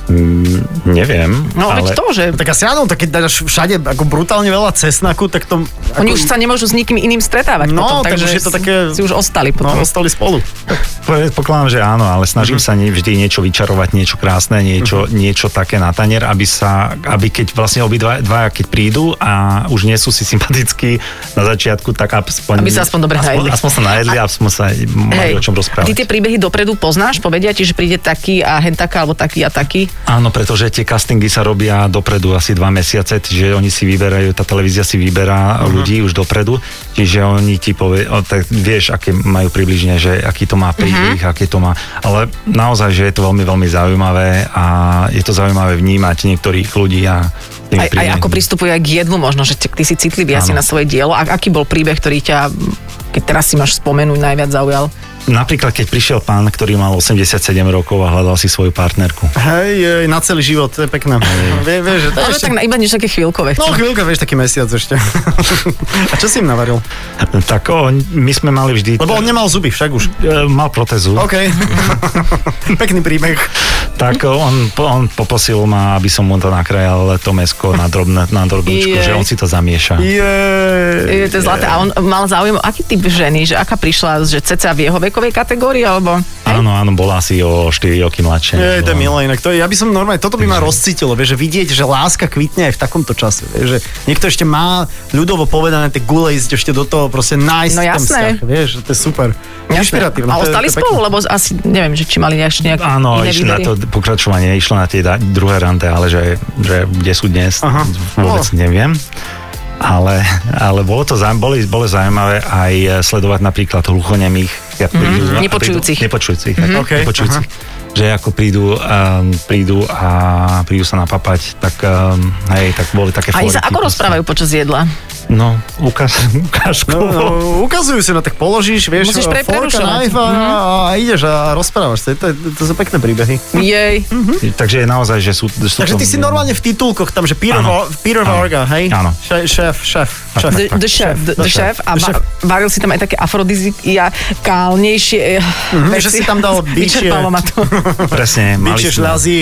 [SPEAKER 5] Mm, neviem,
[SPEAKER 2] No ale... veď
[SPEAKER 5] ale...
[SPEAKER 2] to, že
[SPEAKER 1] Tak asi áno, tak keď dáš všade ako brutálne veľa cesnaku, tak to... Ako,
[SPEAKER 2] oni už sa nemôžu s nikým iným stretávať
[SPEAKER 1] No,
[SPEAKER 2] potom,
[SPEAKER 1] tak
[SPEAKER 2] takže
[SPEAKER 1] už je to také-
[SPEAKER 2] si už ostali
[SPEAKER 1] No,
[SPEAKER 2] potom.
[SPEAKER 1] ostali spolu.
[SPEAKER 5] Predpokladám, že áno, ale
[SPEAKER 2] Mhm.
[SPEAKER 5] snažím sa nie, vždy niečo vyčarovať, niečo krásne, niečo, niečo také na tanier, aby sa, aby keď vlastne obidva dvaja keď prídu a už nie sú si sympatickí na začiatku, tak aspoň...
[SPEAKER 2] Aby sa aspoň dobre najedli.
[SPEAKER 5] aspoň, aspoň sa najedli, aspoň sa mali o čom
[SPEAKER 2] ty
[SPEAKER 5] rozprávať.
[SPEAKER 2] tie príbehy dopredu poznáš? Povedia ti, že príde taký a hen taká, alebo taký a taký?
[SPEAKER 5] Áno, pretože tie castingy sa robia dopredu asi dva mesiace, čiže oni si vyberajú, tá televízia si vyberá ľudí už dopredu, čiže oni ti povie, o, tak vieš, aké majú približne, že aký to má príbeh, aké to má, ale naozaj, že je to veľmi, veľmi zaujímavé a je to zaujímavé vnímať niektorých ľudí a tým
[SPEAKER 2] Aj, aj
[SPEAKER 5] príbehom.
[SPEAKER 2] ako pristupuje aj k jedlu možno, že ty, ty si citlivý asi na
[SPEAKER 5] Áno.
[SPEAKER 2] svoje dielo. A, aký bol príbeh, ktorý ťa, keď teraz si máš spomenúť, najviac zaujal?
[SPEAKER 5] Napríklad, keď prišiel pán, ktorý mal 87 rokov a hľadal si svoju partnerku.
[SPEAKER 1] Hej, hej, na celý život, to je pekné. Vie, vie, že to je
[SPEAKER 2] Ale
[SPEAKER 1] ešte...
[SPEAKER 2] tak na- iba niečo také chvíľkové.
[SPEAKER 1] No chvíľka, vieš, taký mesiac ešte. A čo si im navaril?
[SPEAKER 5] Tak o, my sme mali vždy...
[SPEAKER 1] Lebo on nemal zuby, však už.
[SPEAKER 5] E, mal protezu.
[SPEAKER 1] OK. Pekný príbeh.
[SPEAKER 5] Tak on, on poprosil ma, aby som mu to nakrajal to mesko na, drobne, na drobničku,
[SPEAKER 2] Jej.
[SPEAKER 5] že on si to zamieša.
[SPEAKER 1] Je...
[SPEAKER 2] Je to zlaté. A on mal záujem, aký typ ženy, že aká prišla, že ceca v jeho vekovej kategórii, alebo...
[SPEAKER 5] Áno, áno, bola asi o 4 roky mladšia.
[SPEAKER 1] Je, to je
[SPEAKER 5] Bola-
[SPEAKER 1] milé inak. To je, ja by som normálne, toto by ma rozcítilo, vieš, že vidieť, že láska kvitne aj v takomto čase. Vieš, že niekto ešte má ľudovo povedané tie gule ísť ešte do toho proste nájsť
[SPEAKER 2] No
[SPEAKER 1] ten
[SPEAKER 2] jasné.
[SPEAKER 1] vzťah, vieš, že to je super. Inšpiratívne.
[SPEAKER 2] A
[SPEAKER 1] to je-
[SPEAKER 2] ostali
[SPEAKER 1] to je pekné.
[SPEAKER 2] spolu, lebo asi neviem, že či mali až nejak
[SPEAKER 5] Áno,
[SPEAKER 2] iné
[SPEAKER 5] išli na
[SPEAKER 2] výbery.
[SPEAKER 5] to pokračovanie, išlo na tie da- druhé rande, ale že, že kde sú dnes,
[SPEAKER 1] Aha.
[SPEAKER 5] Aha. vôbec neviem. Ale, ale bolo to zau- boli, bolo zaujímavé aj sledovať napríklad hluchonemých. Ja prídu,
[SPEAKER 2] Nepočujúcich.
[SPEAKER 5] Prídu, nepočujúcich, mm-hmm.
[SPEAKER 1] Ok,
[SPEAKER 5] nepočujúcich že ako prídu, um, prídu a prídu sa napapať, tak um, hej, tak boli také
[SPEAKER 2] A oni sa ako
[SPEAKER 5] fóriky proste.
[SPEAKER 2] rozprávajú počas jedla?
[SPEAKER 5] No, ukáž, ukážku.
[SPEAKER 1] No, no, ukazujú si, no tak položíš, vieš,
[SPEAKER 2] Musíš
[SPEAKER 1] forka, knife
[SPEAKER 2] prerušovať. Mhm.
[SPEAKER 1] a, a ideš a rozprávaš sa. To, je- to sú pekné príbehy.
[SPEAKER 2] Jej.
[SPEAKER 5] Takže je naozaj, že sú... sú
[SPEAKER 1] Takže
[SPEAKER 5] to-
[SPEAKER 1] ty si normálne v titulkoch tam, že Peter, Vo-
[SPEAKER 5] Áno.
[SPEAKER 1] Peter
[SPEAKER 5] Áno.
[SPEAKER 1] Varga, hej?
[SPEAKER 5] Áno.
[SPEAKER 1] Še- Šéf, šéf, šéf.
[SPEAKER 2] The, the chef, the, the chef. A ma, varil si tam aj také afrodiziálnejšie mm-hmm,
[SPEAKER 1] že si tam dal bičie.
[SPEAKER 2] Vyčerpalo ma to.
[SPEAKER 5] Presne, mali
[SPEAKER 1] Biče
[SPEAKER 5] sme...
[SPEAKER 1] šľazí,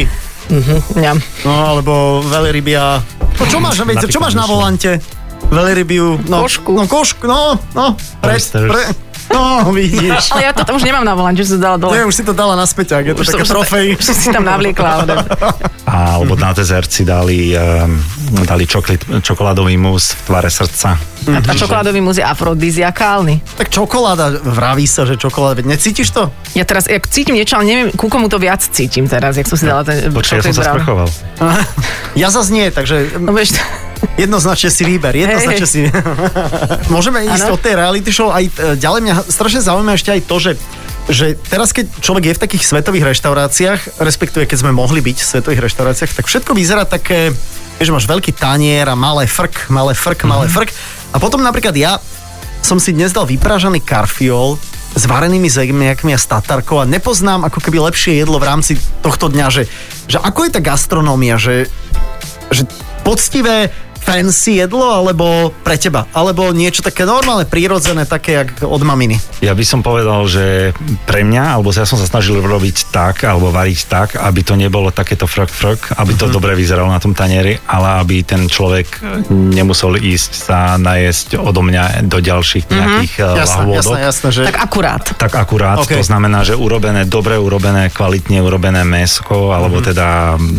[SPEAKER 2] Mňam.
[SPEAKER 1] no alebo veľrybia. No čo máš, veď, čo máš na volante? Veľrybiu. No,
[SPEAKER 2] Košku.
[SPEAKER 1] No košku, no, no. Pre,
[SPEAKER 5] Oysters.
[SPEAKER 1] pre, No, vidíš.
[SPEAKER 2] Ale ja to tam už nemám na volanči, že som to dala dole.
[SPEAKER 1] To je, už si to dala na späťák, je to
[SPEAKER 2] Už som-
[SPEAKER 1] také
[SPEAKER 2] už som-
[SPEAKER 1] trofej.
[SPEAKER 2] Už som si tam navliekla. ale-
[SPEAKER 5] A,
[SPEAKER 1] Mhm.
[SPEAKER 5] alebo na dezert si dali, um, dali čoklit, čokoládový mus v tvare srdca.
[SPEAKER 1] Mhm.
[SPEAKER 2] A čokoládový muz je afrodiziakálny.
[SPEAKER 1] Tak čokoláda, vraví sa, že čokoláda, veď necítiš to?
[SPEAKER 2] Ja teraz, jak cítim niečo, ale neviem, ku komu to viac cítim teraz, jak som si dala ten
[SPEAKER 5] Počkaj,
[SPEAKER 2] chocolate
[SPEAKER 5] ja som sa
[SPEAKER 2] brown.
[SPEAKER 5] sprchoval.
[SPEAKER 1] Ja zase nie, takže
[SPEAKER 2] No vieš,
[SPEAKER 1] jednoznačne si výber, jednoznačne
[SPEAKER 2] Hej.
[SPEAKER 1] si... Môžeme ísť
[SPEAKER 2] Áno.
[SPEAKER 1] od tej reality show aj e, ďalej. Mňa strašne zaujíma ešte aj to, že že teraz, keď človek je v takých svetových reštauráciách, respektíve keď sme mohli byť v svetových reštauráciách, tak všetko vyzerá také, vieš, máš veľký tanier a malé frk, malé frk, malé
[SPEAKER 2] Mhm.
[SPEAKER 1] frk. A potom napríklad ja som si dnes dal vypražaný karfiol s varenými zemiakmi a s tatarkou a nepoznám ako keby lepšie jedlo v rámci tohto dňa, že, že ako je tá gastronómia, že, že poctivé fancy jedlo, alebo pre teba, alebo niečo také normálne, prírodzené, také jak od maminy.
[SPEAKER 5] Ja by som povedal, že pre mňa, alebo ja som sa snažil robiť tak, alebo variť tak, aby to nebolo takéto frk-frk, aby
[SPEAKER 1] Mhm.
[SPEAKER 5] to dobre vyzeralo na tom tanieri, ale aby ten človek nemusel ísť sa najesť odo mňa do ďalších nejakých mm-hmm.
[SPEAKER 1] Mhm. Jasné, jasné, jasné, že...
[SPEAKER 2] tak akurát.
[SPEAKER 5] Tak akurát,
[SPEAKER 1] OK.
[SPEAKER 5] okay. to znamená, že urobené, dobre urobené, kvalitne urobené mesko, alebo
[SPEAKER 1] Mhm.
[SPEAKER 5] mm-hmm. teda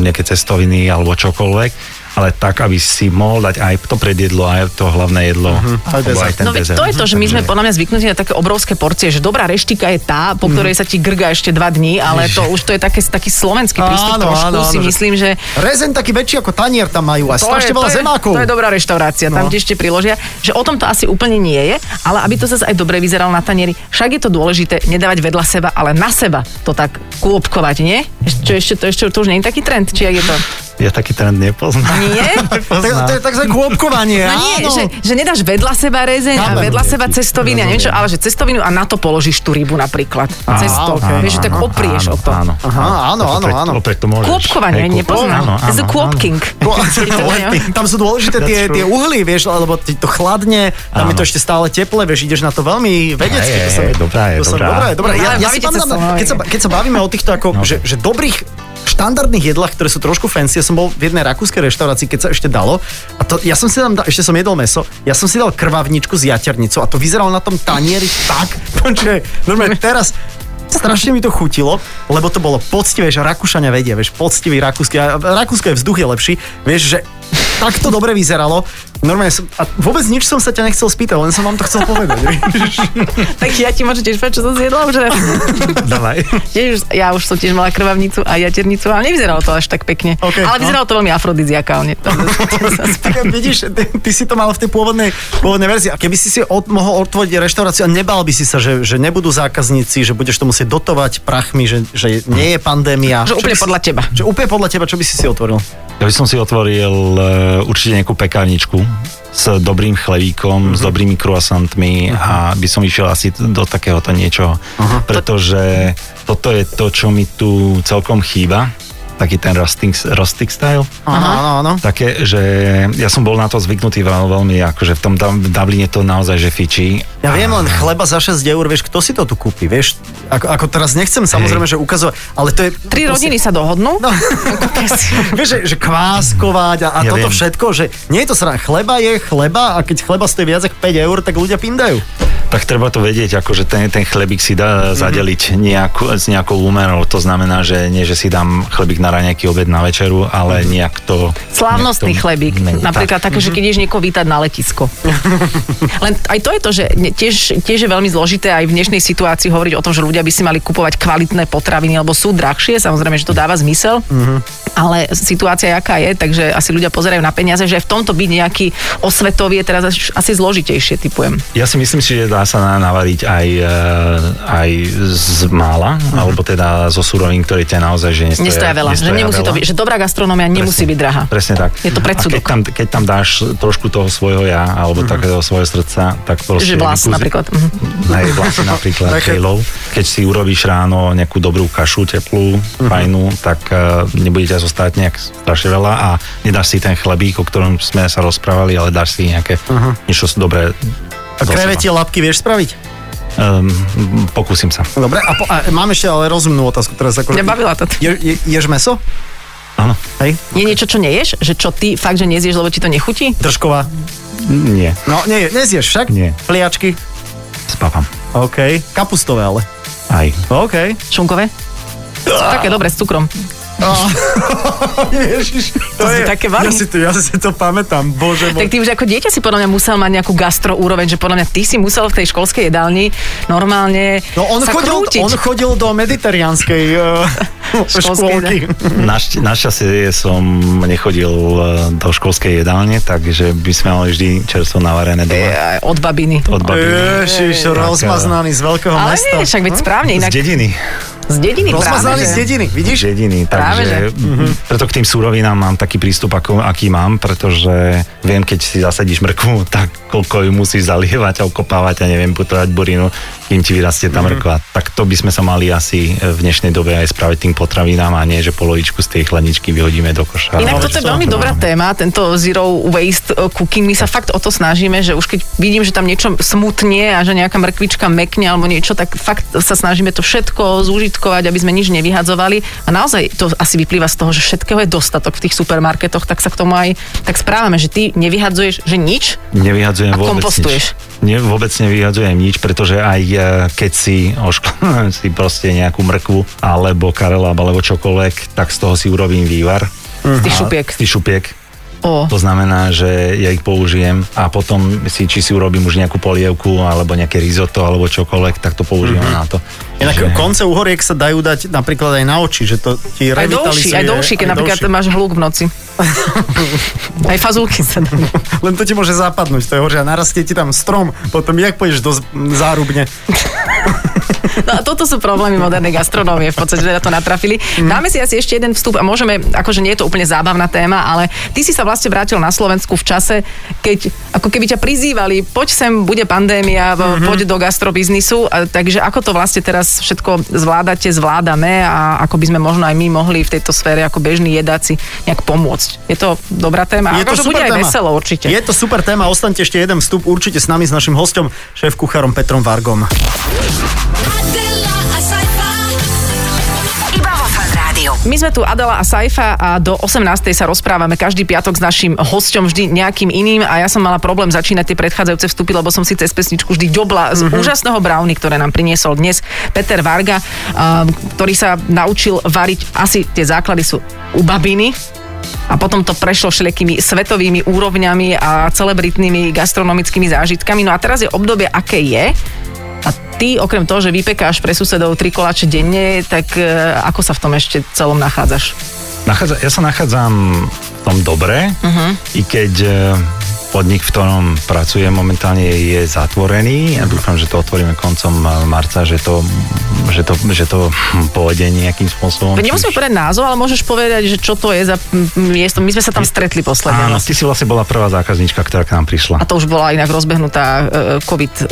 [SPEAKER 5] nejaké cestoviny, alebo čokoľvek, ale tak, aby si mohol dať aj to predjedlo, aj to hlavné jedlo, mm-hmm.
[SPEAKER 1] Mhm. Aj dezert.
[SPEAKER 5] aj ten
[SPEAKER 2] No veď
[SPEAKER 5] dezert.
[SPEAKER 2] to je to, že my sme
[SPEAKER 5] Takže-
[SPEAKER 2] podľa mňa zvyknutí na také obrovské porcie, že dobrá reštika je tá, po ktorej sa ti grga ešte dva dní, ale to už to je také, taký slovenský prístup
[SPEAKER 1] Áno,
[SPEAKER 2] trošku,
[SPEAKER 1] áno, áno,
[SPEAKER 2] si
[SPEAKER 1] že-
[SPEAKER 2] myslím, že
[SPEAKER 1] Rezen taký väčší ako tanier tam majú a strašne
[SPEAKER 2] to,
[SPEAKER 1] veľa
[SPEAKER 2] je,
[SPEAKER 1] zemákov.
[SPEAKER 2] to je dobrá reštaurácia, tam
[SPEAKER 1] No.
[SPEAKER 2] kde ešte priložia, že o tom to asi úplne nie je, ale aby to zase aj dobre vyzeralo na tanieri, však je to dôležité nedávať vedľa seba, ale na seba to tak kôpkovať, nie? Ešte, čo ešte, to, ešte, to už nie je taký trend, či jak je to?
[SPEAKER 5] Ja taký trend nepoznám.
[SPEAKER 2] Nie?
[SPEAKER 1] Tak, to
[SPEAKER 5] No.
[SPEAKER 1] je takzvané kôpkovanie,
[SPEAKER 2] No nie,
[SPEAKER 1] áno.
[SPEAKER 2] že, že nedáš vedľa seba rezeň a
[SPEAKER 1] Chápem.
[SPEAKER 2] vedľa seba cestoviny a
[SPEAKER 5] Rozumiem.
[SPEAKER 2] niečo, ale že cestovinu a na to položíš tú rybu napríklad.
[SPEAKER 5] Áno,
[SPEAKER 2] Cesto.
[SPEAKER 1] okej.
[SPEAKER 2] Vieš, že tak oprieš o to.
[SPEAKER 1] Aha, áno, áno,
[SPEAKER 5] Opäť-
[SPEAKER 1] áno.
[SPEAKER 5] Opäť to môžeš.
[SPEAKER 2] Kôpkovanie,
[SPEAKER 5] Hej, kôp- Áno,
[SPEAKER 2] nepoznám.
[SPEAKER 5] áno,
[SPEAKER 2] Z
[SPEAKER 5] áno.
[SPEAKER 2] kôpking.
[SPEAKER 1] No, tam sú dôležité tie,
[SPEAKER 5] That's true.
[SPEAKER 1] tie uhly, vieš, lebo ti to chladne, tam je to
[SPEAKER 5] Áno.
[SPEAKER 1] ešte stále teple, vieš, ideš na to veľmi vedecky. to
[SPEAKER 5] Hej,
[SPEAKER 1] sa mi-
[SPEAKER 5] hej, dobrá je,
[SPEAKER 1] to sa-
[SPEAKER 5] dobrá.
[SPEAKER 1] dobrá je, dobrá. Ja, ja si
[SPEAKER 2] Ale bavíte sa
[SPEAKER 1] pamätám,
[SPEAKER 2] so mnou,
[SPEAKER 1] keď sa, keď sa bavíme o týchto ako, že, že dobrých štandardných jedlách, ktoré sú trošku fancy. Ja som bol v jednej rakúskej reštaurácii, keď sa ešte dalo. A to, ja som si tam, dal- ešte som jedol meso, ja som si dal krvavničku s jaternicou a to vyzeralo na tom tanieri tak, že normálne teraz strašne mi to chutilo, lebo to bolo poctivé, že Rakúšania vedia, vieš, poctivý rakúsky, a rakúsko je vzduch je lepší, vieš, že tak to dobre vyzeralo. Normálne som, a vôbec nič som sa ťa nechcel spýtať, len som vám to chcel povedať. vieš.
[SPEAKER 2] Tak ja ti môžem tiež povedať, čo som zjedla už raz.
[SPEAKER 5] Dávaj.
[SPEAKER 2] Tiež, ja už som tiež mala krvavnicu a jaternicu, ale nevyzeralo to až tak pekne.
[SPEAKER 1] OK,
[SPEAKER 2] ale
[SPEAKER 1] no.
[SPEAKER 2] vyzeralo to veľmi afrodiziakálne. To- to sa sp-
[SPEAKER 1] Tak vidíš, ty, ty si to mal v tej pôvodnej, pôvodnej verzii. A keby si si od, mohol otvoriť reštauráciu a nebal by si sa, že, že nebudú zákazníci, že budeš to musieť dotovať prachmi, že, že nie je pandémia. Čo
[SPEAKER 2] Že
[SPEAKER 1] by
[SPEAKER 2] úplne
[SPEAKER 1] si-
[SPEAKER 2] podľa teba.
[SPEAKER 1] Že úplne podľa teba, čo by si si otvoril?
[SPEAKER 5] Ja by som si otvoril e, určite nejakú pekárničku s dobrým chlebíkom,
[SPEAKER 1] Mhm.
[SPEAKER 5] s dobrými croissantmi a by som išiel asi t- do takéhoto niečoho.
[SPEAKER 1] Mhm.
[SPEAKER 5] Pretože toto je to, čo mi tu celkom chýba. Taký ten rustic, rustic style.
[SPEAKER 1] Áno, áno, áno.
[SPEAKER 5] Také, že ja som bol na to zvyknutý veľ, veľmi, akože v tom Dub- Dubline to naozaj, že fičí.
[SPEAKER 1] Ja viem, len chleba za 6 eur, vieš, kto si to tu kúpi, vieš? Ako, ako teraz nechcem samozrejme, že ukazovať, ale to je...
[SPEAKER 2] Tri
[SPEAKER 1] to si-
[SPEAKER 2] rodiny sa dohodnú.
[SPEAKER 1] No. Vieš, že, že kváskovať a, a
[SPEAKER 5] Ja
[SPEAKER 1] toto
[SPEAKER 5] viem.
[SPEAKER 1] všetko, že nie je to sranda. Chleba je chleba a keď chleba stojí viac ako 5 eur, tak ľudia pindajú.
[SPEAKER 5] Tak treba to vedieť, akože ten, ten chlebík si dá
[SPEAKER 2] Mhm.
[SPEAKER 5] zadeliť nejakú, s nejakou úmerou. To znamená, že nie, že si dám chlebík na raňajky, obed na večeru, ale nejak to...
[SPEAKER 2] Slávnostný
[SPEAKER 5] nejak to
[SPEAKER 2] Mhm. chlebík.
[SPEAKER 5] mení.
[SPEAKER 2] Napríklad také, že keď ideš niekoho vítať na letisko. Len aj to je to, že ne- tiež, tiež je veľmi zložité aj v dnešnej situácii hovoriť o tom, že ľudia by si mali kupovať kvalitné potraviny, lebo sú drahšie, samozrejme, že to dáva zmysel. Ale situácia jaká je, takže asi ľudia pozerajú na peniaze, že aj v tomto byť nejaký osvetový je teraz až- asi zložitejšie, typujem.
[SPEAKER 5] Ja si myslím, že dá sa na- navariť aj, e, aj z mála, alebo teda zo surovín, ktoré ťa naozaj že nestoja,
[SPEAKER 2] Mhm. Nestoja veľa. Že nemusí to byť, že dobrá gastronómia nemusí
[SPEAKER 5] Presne,
[SPEAKER 2] byť drahá.
[SPEAKER 5] Presne tak.
[SPEAKER 2] Je to
[SPEAKER 5] A
[SPEAKER 2] predsudok.
[SPEAKER 5] keď tam, keď tam dáš trošku toho svojho ja, alebo mm-hmm. takého svojho srdca, tak
[SPEAKER 2] Mhm.
[SPEAKER 5] proste...
[SPEAKER 2] Že vlas napríklad. Mhm.
[SPEAKER 5] Hej, vlasy napríklad,
[SPEAKER 1] Také-
[SPEAKER 5] hejlov. Keď si urobíš ráno nejakú dobrú kašu, teplú, fajnú, tak uh, nebude ťa zostať nejak strašne veľa a nedáš si ten chlebík, o ktorom sme sa rozprávali, ale dáš si nejaké niečo dobré.
[SPEAKER 1] A krevetie labky vieš spraviť?
[SPEAKER 5] Um, pokúsim sa.
[SPEAKER 1] Dobre, a, po, a mám ešte ale rozumnú otázku teraz. Ako,
[SPEAKER 2] Mňa bavila táto.
[SPEAKER 1] je, je, ješ meso?
[SPEAKER 5] Áno.
[SPEAKER 1] Hej,
[SPEAKER 2] Je niečo, čo neješ? Že čo ty fakt, že nezieš, lebo ti to nechutí?
[SPEAKER 1] držková.
[SPEAKER 5] Nie,
[SPEAKER 1] No, nie, nezieš však?
[SPEAKER 5] Nie.
[SPEAKER 1] Pliačky?
[SPEAKER 5] spávam.
[SPEAKER 1] OK. Kapustové ale.
[SPEAKER 5] Aj.
[SPEAKER 1] OK.
[SPEAKER 2] Šunkové? Také dobre, s cukrom.
[SPEAKER 1] Ježiš,
[SPEAKER 2] To sú také vary.
[SPEAKER 1] ja si, to, ja si to pamätám, bože
[SPEAKER 2] Tak
[SPEAKER 1] môj.
[SPEAKER 2] ty už ako dieťa si podľa mňa musel mať nejakú gastro úroveň, že podľa mňa ty si musel v tej školskej jedálni normálne
[SPEAKER 1] No on
[SPEAKER 2] sa
[SPEAKER 1] chodil,
[SPEAKER 2] krútiť.
[SPEAKER 1] on chodil do mediterianskej uh, škôlky.
[SPEAKER 2] Školskej,
[SPEAKER 5] Našť- Našťastie som nechodil eh, do školskej jedálne, takže by sme mali vždy čerstvo navarené doma
[SPEAKER 2] Aj Od babiny.
[SPEAKER 5] od babiny.
[SPEAKER 1] Ježiš,
[SPEAKER 5] Taká-
[SPEAKER 1] rozmaznaný z veľkého
[SPEAKER 2] Ale
[SPEAKER 1] mesta.
[SPEAKER 2] nie, však veď správne,
[SPEAKER 5] Z
[SPEAKER 2] inak
[SPEAKER 5] dediny.
[SPEAKER 2] z dediny práve,
[SPEAKER 1] Rozmaznaný
[SPEAKER 2] že-
[SPEAKER 1] z dediny,
[SPEAKER 5] Z
[SPEAKER 1] vidíš?
[SPEAKER 5] dediny,
[SPEAKER 2] Práve, že.
[SPEAKER 5] takže Mhm. preto k tým súrovinám mám taký prístup, ako, aký mám, pretože viem, keď si zasadíš mrkvu, tak koľko ju musíš zalievať a okopávať a neviem, putovať burinu, kým ti vyrastie
[SPEAKER 2] Mhm.
[SPEAKER 5] tá mrkva. Tak to by sme sa mali asi eh, v dnešnej dobe aj spraviť tým potravinám a nie, že polovičku z tej chladničky vyhodíme do koša. No,
[SPEAKER 2] Inak
[SPEAKER 5] Ale
[SPEAKER 2] toto je
[SPEAKER 5] čo?
[SPEAKER 2] veľmi dobrá téma, tento zero waste e, cooking. My sa fakt o to snažíme, že už keď vidím, že tam niečo smutne a že nejaká mrkvička mekne alebo niečo, tak fakt sa snažíme to všetko zúžitkovať, aby sme nič nevyhadzovali. A naozaj to asi vyplýva z toho, že všetkého je dostatok v tých supermarketoch, tak sa k tomu aj tak správame, že ty nevyhadzuješ, že nič.
[SPEAKER 5] Nevyhadzujem
[SPEAKER 2] A
[SPEAKER 5] vôbec
[SPEAKER 2] kompostuješ?
[SPEAKER 5] nič. Ne, vôbec nevyhadzujem nič, pretože aj e, keď si oškl- si proste nejakú mrkvu alebo karelab alebo čokoľvek, tak z toho si urobím vývar.
[SPEAKER 2] Z tých šupiek.
[SPEAKER 5] Z Mhm. tých šupiek.
[SPEAKER 2] O.
[SPEAKER 5] To znamená, že ja ich použijem a potom si, či si urobím už nejakú polievku alebo nejaké risotto alebo čokoľvek, tak to používam
[SPEAKER 2] Mhm.
[SPEAKER 5] mm-hmm. na to.
[SPEAKER 1] Inak
[SPEAKER 5] Že-
[SPEAKER 1] konce uhoriek sa dajú dať napríklad aj na oči, že to ti
[SPEAKER 2] Aj do
[SPEAKER 1] revitalizuje.
[SPEAKER 2] uší, aj do uší, keď napríklad
[SPEAKER 1] uší.
[SPEAKER 2] máš hluk v noci. aj fazulky sa dajú.
[SPEAKER 1] Len to ti môže zapadnúť, to je horšie. A narastie ti tam strom, potom jak pôjdeš do z- m, zárubne.
[SPEAKER 2] No a toto sú problémy modernej gastronómie, v podstate na to natrafili.
[SPEAKER 1] Mhm.
[SPEAKER 2] Dáme si asi ešte jeden vstup a môžeme, akože nie je to úplne zábavná téma, ale ty si sa vlastne vrátil na Slovensku v čase, keď ako keby ťa prizývali, poď sem, bude pandémia,
[SPEAKER 1] Mhm.
[SPEAKER 2] mm-hmm. poď do gastrobiznisu, a, takže ako to vlastne teraz všetko zvládate, zvládame a ako by sme možno aj my mohli v tejto sfére ako bežní jedáci nejak pomôcť. Je to dobrá téma?
[SPEAKER 1] Je to
[SPEAKER 2] akože bude
[SPEAKER 1] super
[SPEAKER 2] aj
[SPEAKER 1] téma.
[SPEAKER 2] veselo určite.
[SPEAKER 1] Je to super téma, ostaňte ešte jeden vstup určite s nami, s našim hostom, šéf-kuchárom Petrom Vargom.
[SPEAKER 3] Adela, a
[SPEAKER 4] Iba vo fan rádiu.
[SPEAKER 2] My sme tu Adela a Saifa a do 18. sa rozprávame každý piatok s našim hosťom vždy nejakým iným a ja som mala problém začínať tie predchádzajúce vstupy, lebo som si cez pesničku vždy ďobla z úžasného brownie, ktoré nám priniesol dnes Peter Varga, um, ktorý sa naučil variť, asi tie základy sú u babiny, a potom to prešlo všelijakými svetovými úrovňami a celebritnými gastronomickými zážitkami. No a teraz je obdobie, aké je. A ty, okrem toho, že vypekáš pre susedov tri koláče denne, tak e, ako sa v tom ešte celom nachádzaš?
[SPEAKER 5] Nachádza, ja sa nachádzam v tom dobre,
[SPEAKER 2] Mhm.
[SPEAKER 5] uh-huh. i keď e, podnik, v ktorom pracujem momentálne, je
[SPEAKER 2] Mhm.
[SPEAKER 5] zatvorený. Ja dúfam, že to otvoríme koncom e, marca, že to, že to, že to hm, pôjde nejakým spôsobom.
[SPEAKER 2] Veď nemusíme
[SPEAKER 5] Čiže-
[SPEAKER 2] povedať názov, ale môžeš povedať, že čo to je za m, miesto. My sme sa tam stretli posledne. no.
[SPEAKER 5] Áno, ty si vlastne bola prvá zákazníčka, ktorá k nám prišla.
[SPEAKER 2] A to už bola inak rozbehnutá e, COVID e,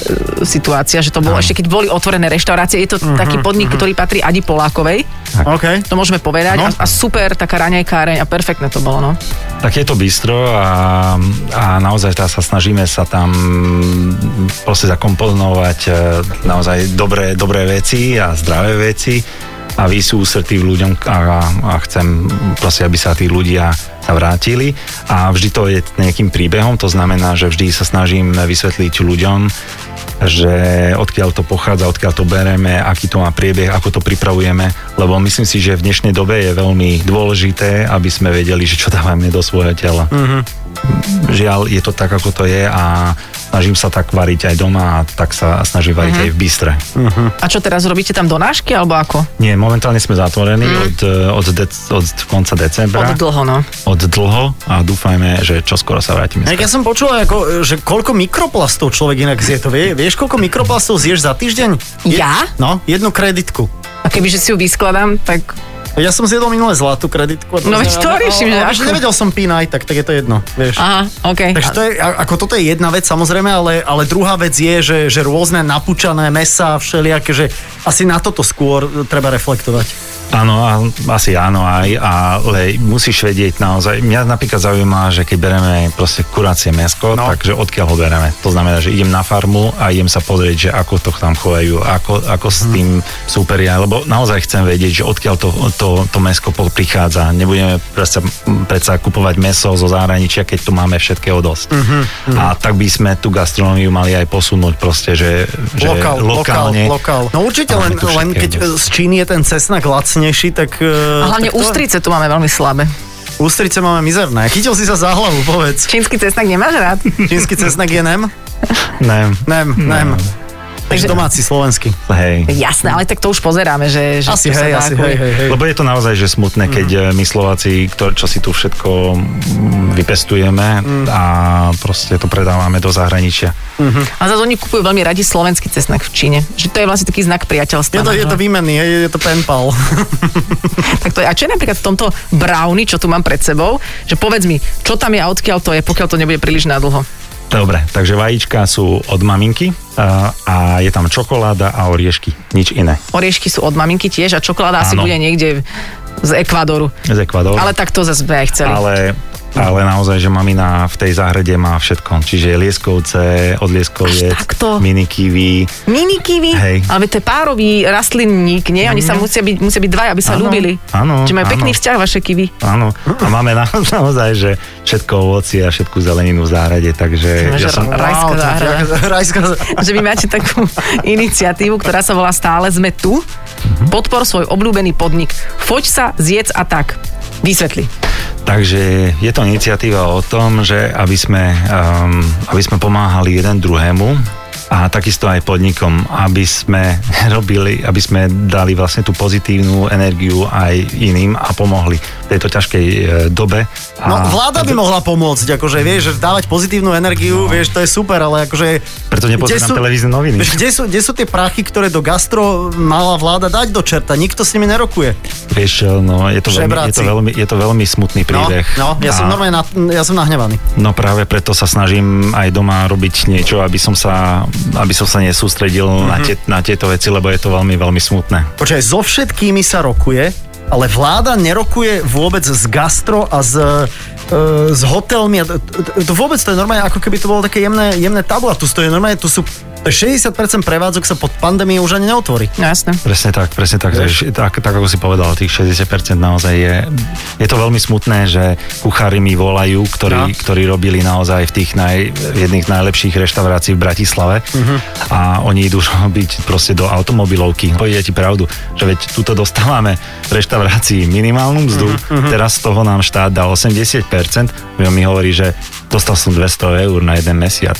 [SPEAKER 2] situácia, že to bolo ešte keď boli otvorené reštaurácie. Je to taký podnik, ktorý patrí Adi Polákovej,
[SPEAKER 1] OK.
[SPEAKER 2] to môžeme povedať.
[SPEAKER 1] No.
[SPEAKER 2] A, a super, taká raňajkáreň a perfektné to bolo. No.
[SPEAKER 5] Tak je to bistro a, a naozaj tá sa snažíme sa tam proste zakomponovať e, naozaj dobré, dobré veci a zdravé veci a vy sú ústretí v ľuďom a, a, a chcem proste, aby sa tí ľudia sa vrátili a vždy to je nejakým príbehom, to znamená, že vždy sa snažím vysvetliť ľuďom, že odkiaľ to pochádza, odkiaľ to bereme, aký to má priebeh, ako to pripravujeme, lebo myslím si, že v dnešnej dobe je veľmi dôležité, aby sme vedeli, že čo dávame do svojho tela. Mm-hmm. Žiaľ, je to tak, ako to je a snažím sa tak variť aj doma a tak sa snažím variť mm-hmm. aj v bistre.
[SPEAKER 2] A čo teraz robíte tam donášky alebo ako?
[SPEAKER 5] Nie, momentálne sme zatvorení mm. od, eh, od, dec, od konca decembra,
[SPEAKER 2] Od dlho, no.
[SPEAKER 5] od dlho a dúfajme, že čoskoro sa vrátime.
[SPEAKER 1] Tak
[SPEAKER 5] späť.
[SPEAKER 1] ja som počul, ako, že koľko mikroplastov človek inak zje. To vie, vieš, koľko mikroplastov zješ za týždeň?
[SPEAKER 2] Ja?
[SPEAKER 1] No, jednu kreditku.
[SPEAKER 2] A kebyže si ju vyskladám, tak
[SPEAKER 1] Ja som zjedol minulé zlatú kreditku. a
[SPEAKER 2] No veď to
[SPEAKER 1] ale-
[SPEAKER 2] riešim, že
[SPEAKER 1] ale- ale
[SPEAKER 2] ako?
[SPEAKER 1] Nevedel som pína aj tak, tak je to jedno, vieš.
[SPEAKER 2] aha, OK.
[SPEAKER 1] Takže to je, a- ako toto je jedna vec samozrejme, ale, ale druhá vec je, že, že rôzne napúčané mesa, všelijaké, že asi na toto skôr treba reflektovať.
[SPEAKER 5] Áno, a, asi áno aj, ale musíš vedieť naozaj. Mňa napríklad zaujíma, že keď bereme proste kuracie mesko,
[SPEAKER 1] No.
[SPEAKER 5] no. takže odkiaľ ho bereme. To znamená, že idem na farmu a idem sa pozrieť, že ako to tam chovajú, ako, ako s
[SPEAKER 1] Mhm.
[SPEAKER 5] tým súperia, lebo naozaj chcem vedieť, že odkiaľ to, to, to mesko po- prichádza. Nebudeme predsa, predsa kupovať meso zo zahraničia, keď tu máme všetkého dosť.
[SPEAKER 1] Mhm,
[SPEAKER 5] A tak by sme tú gastronómiu mali aj posunúť proste, že, že
[SPEAKER 1] Lokál,
[SPEAKER 5] lokálne.
[SPEAKER 1] lokál, lokál. No určite,
[SPEAKER 5] Máme
[SPEAKER 1] len,
[SPEAKER 5] tu
[SPEAKER 1] len
[SPEAKER 5] všetkého
[SPEAKER 1] keď
[SPEAKER 5] dosť.
[SPEAKER 1] e, z Číny je ten cesnak lacnejší, tak...
[SPEAKER 2] A hlavne ústrice tu máme veľmi slabé.
[SPEAKER 1] Ústrice máme mizerné. Chytil si sa za hlavu, povedz.
[SPEAKER 2] Čínsky cesnak nemáš rád?
[SPEAKER 1] Čínsky cesnak je nem?
[SPEAKER 5] Ne,
[SPEAKER 1] Nem, nem. Takže
[SPEAKER 2] Takže-
[SPEAKER 1] domáci, slovenský.
[SPEAKER 5] hej.
[SPEAKER 2] Jasné, ale tak to už pozeráme, že... že
[SPEAKER 1] Asi
[SPEAKER 2] to sa
[SPEAKER 1] hej,
[SPEAKER 2] dá
[SPEAKER 1] asi
[SPEAKER 2] ako-
[SPEAKER 1] hej, hej, hej.
[SPEAKER 5] Lebo je to naozaj že
[SPEAKER 2] Mhm.
[SPEAKER 5] smutné, keď mm. my Slováci, ktor, čo si tu všetko mm, vypestujeme
[SPEAKER 2] Mhm.
[SPEAKER 5] mm. a proste to predávame do zahraničia.
[SPEAKER 2] A zase oni kupujú veľmi radi slovenský cesnak v Číne. Že to je vlastne taký znak priateľstva.
[SPEAKER 1] Je to, je to výmenný, je, je to penpal.
[SPEAKER 2] Tak to je, a čo je napríklad v tomto brownie, čo tu mám pred sebou, že povedz mi, čo tam je a odkiaľ to je, pokiaľ to nebude príliš na dlho.
[SPEAKER 5] Dobre, takže vajíčka sú od maminky a, a je tam čokoláda a oriešky, nič iné.
[SPEAKER 2] Oriešky sú od maminky tiež a čokoláda asi
[SPEAKER 5] Áno.
[SPEAKER 2] bude niekde z Ekvadoru.
[SPEAKER 5] Z Ekvadoru.
[SPEAKER 2] Ale tak to Mhm. zase sme aj chceli.
[SPEAKER 5] ale, ale naozaj, že mamina v tej záhrade má všetko. Čiže Lieskovce, od
[SPEAKER 2] Až
[SPEAKER 5] Lieskoviec,
[SPEAKER 2] takto?
[SPEAKER 5] mini kiwi.
[SPEAKER 2] Mini kiwi,
[SPEAKER 5] Hej.
[SPEAKER 2] ale to je párový rastlinník, nie? Oni sa musia byť, musia byť dvaja, aby sa
[SPEAKER 5] Áno,
[SPEAKER 2] ľúbili.
[SPEAKER 5] áno,
[SPEAKER 2] Čiže majú
[SPEAKER 5] áno.
[SPEAKER 2] pekný vzťah vaše kiwi.
[SPEAKER 5] Áno, a máme na, naozaj, že všetko ovoci a všetku zeleninu v záhrade, takže
[SPEAKER 2] Sme
[SPEAKER 5] ja
[SPEAKER 2] že
[SPEAKER 5] som
[SPEAKER 2] Rajská
[SPEAKER 1] to je
[SPEAKER 2] záhrada.
[SPEAKER 1] jak- Rajská záhrada.
[SPEAKER 2] že vy máte takú iniciatívu, ktorá sa volá Stále sme tu. Podpor svoj obľúbený podnik. Foď sa, zjedz a tak. Vysvetli.
[SPEAKER 5] Takže je to iniciatíva o tom, že aby sme, um, aby sme pomáhali jeden druhému a takisto aj podnikom, aby sme robili, aby sme dali vlastne tú pozitívnu energiu aj iným a pomohli v tejto ťažkej e, dobe. A
[SPEAKER 1] No vláda by mohla pomôcť, akože vieš, že dávať pozitívnu energiu, vieš, to je super, ale akože...
[SPEAKER 5] Preto nepozerám
[SPEAKER 1] kde sú-
[SPEAKER 5] televízne noviny.
[SPEAKER 1] Vieš, Kde sú, kde sú tie prachy, ktoré do gastro mala vláda dať do čerta? Nikto s nimi nerokuje.
[SPEAKER 5] Vieš, čo, no, je, to veľmi, je,
[SPEAKER 1] Žebráci.
[SPEAKER 5] to veľmi, je to veľmi smutný
[SPEAKER 1] No,
[SPEAKER 5] príbeh.
[SPEAKER 1] no ja, som
[SPEAKER 5] A-
[SPEAKER 1] normálne na, ja som nahnevaný.
[SPEAKER 5] No práve preto sa snažím aj doma robiť niečo, aby som sa, aby som sa nesústredil
[SPEAKER 1] Mhm.
[SPEAKER 5] mm-hmm. na, tie, na tieto veci, lebo je to veľmi, veľmi smutné.
[SPEAKER 1] Počkaj, so všetkými sa rokuje, ale vláda nerokuje vôbec s gastro a s, e, s hotelmi. A t- t- to vôbec to je normálne, ako keby to bolo také jemné, jemné tablo. A tu, to je normálne, tu sú to je 60% prevádzok sa pod pandémiou už ani neotvorí.
[SPEAKER 2] No jasné.
[SPEAKER 5] Presne tak, presne tak, takže, tak, tak ako si povedal, tých 60% naozaj je, je to veľmi smutné, že kuchári mi volajú, ktorí,
[SPEAKER 1] No.
[SPEAKER 5] no. ktorí robili naozaj v tých naj, v jedných najlepších reštaurácií v Bratislave a oni idú robiť proste do automobilovky. Povie ti pravdu, že veď tuto dostávame v reštaurácii minimálnu mzdu, teraz z toho nám štát dá 80%, on mi hovorí, že dostal som 200 eur na jeden mesiac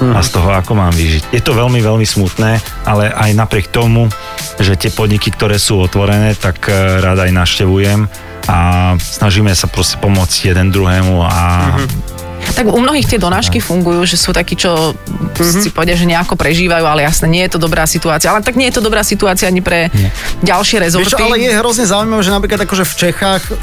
[SPEAKER 5] a z toho ako mám vyžiť. Je to veľmi, veľmi smutné, ale aj napriek tomu, že tie podniky, ktoré sú otvorené, tak eh, rád aj naštevujem a snažíme sa proste pomôcť jeden druhému a
[SPEAKER 2] Tak u mnohých tie donášky fungujú, že sú takí, čo si povedia, že nejako prežívajú, ale jasné, nie je to dobrá situácia. Ale tak nie je to dobrá situácia ani pre
[SPEAKER 5] Nie.
[SPEAKER 2] ďalšie rezorty.
[SPEAKER 1] Vieš, čo, ale je hrozne zaujímavé, že napríklad akože v Čechách e,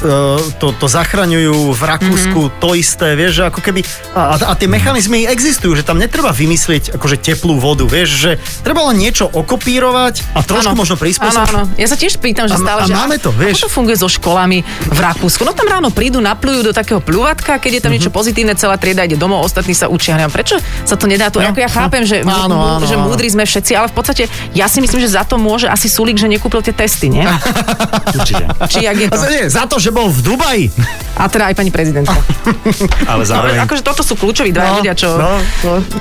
[SPEAKER 1] to, to zachraňujú, v Rakúsku
[SPEAKER 2] Mhm.
[SPEAKER 1] mm-hmm. to isté, vieš, že ako keby... A, a- a tie mechanizmy existujú, že tam netreba vymyslieť akože teplú vodu, vieš, že treba len niečo okopírovať a trošku
[SPEAKER 2] Áno.
[SPEAKER 1] možno prispôsobiť.
[SPEAKER 2] Áno, áno. Ja sa tiež pýtam, že
[SPEAKER 1] A-
[SPEAKER 2] stále,
[SPEAKER 1] a
[SPEAKER 2] že
[SPEAKER 1] máme to, vieš.
[SPEAKER 2] Ako to funguje so školami v Rakúsku? No tam ráno prídu, naplujú do takého plúvatka, keď je tam
[SPEAKER 1] Mhm.
[SPEAKER 2] niečo pozitívne, celá trieda ide domov, ostatní sa učia. Ja neviem, Prečo sa to nedá tu?
[SPEAKER 1] No,
[SPEAKER 2] Ako ja chápem, že,
[SPEAKER 1] áno,
[SPEAKER 2] mú-
[SPEAKER 1] áno,
[SPEAKER 2] že
[SPEAKER 1] áno.
[SPEAKER 2] múdri sme všetci, ale v podstate ja si myslím, že za to môže asi Sulík, že nekúpil tie testy, nie?
[SPEAKER 5] určite.
[SPEAKER 2] Či jak je
[SPEAKER 1] A
[SPEAKER 2] to?
[SPEAKER 1] za- nie, za to, že bol v Dubaji.
[SPEAKER 2] A teda aj pani prezidentka.
[SPEAKER 5] Ale zároveň,
[SPEAKER 2] Akože toto sú kľúčoví dva
[SPEAKER 1] Ah, No,
[SPEAKER 2] ľudia, čo,
[SPEAKER 1] no,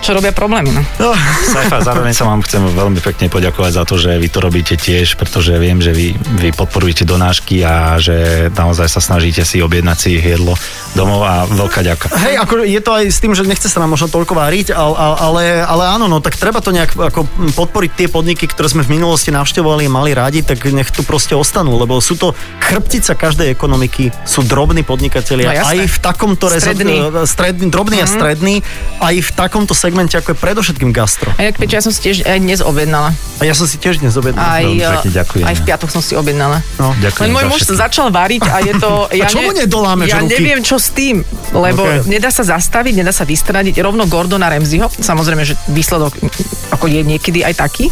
[SPEAKER 2] čo robia problémy. No.
[SPEAKER 5] Saifa, zároveň sa vám chcem veľmi pekne poďakovať za to, že vy to robíte tiež, pretože viem, že vy, vy podporujete donášky a že naozaj sa snažíte si objednať si jedlo domov a veľká ďaká.
[SPEAKER 1] Hej, ako je to aj s tým, že nechce sa nám možno toľko váriť, ale, ale, ale áno, no tak treba to nejak ako podporiť tie podniky, ktoré sme v minulosti navštevovali a mali rádi, tak nech tu proste ostanú, lebo sú to chrbtica každej ekonomiky, sú drobní podnikatelia.
[SPEAKER 2] No, jasné.
[SPEAKER 1] aj v takomto rezort,
[SPEAKER 2] Stredný. Mhm.
[SPEAKER 1] eh, stredný, drobný a stredný, aj v takomto segmente, ako je predovšetkým gastro.
[SPEAKER 2] A jak pečo, ja som si tiež aj dnes objednala.
[SPEAKER 1] A ja som si tiež dnes objednal.
[SPEAKER 2] Aj,
[SPEAKER 5] Veľmi
[SPEAKER 2] eh,
[SPEAKER 5] pekne ďakujem.
[SPEAKER 2] aj v piatok som si objednala.
[SPEAKER 1] No.
[SPEAKER 5] Ďakujem
[SPEAKER 2] Len môj
[SPEAKER 5] za
[SPEAKER 2] muž
[SPEAKER 5] všetky.
[SPEAKER 2] začal variť a je to... Ja
[SPEAKER 1] čo mu nedolámeš
[SPEAKER 2] Ja
[SPEAKER 1] ruky?
[SPEAKER 2] neviem, čo s tým, lebo
[SPEAKER 1] Ok.
[SPEAKER 2] okay. nedá sa zastaviť, nedá sa vystradiť. Rovno Gordona Ramseyho, samozrejme, že výsledok mm, ako je niekedy aj taký.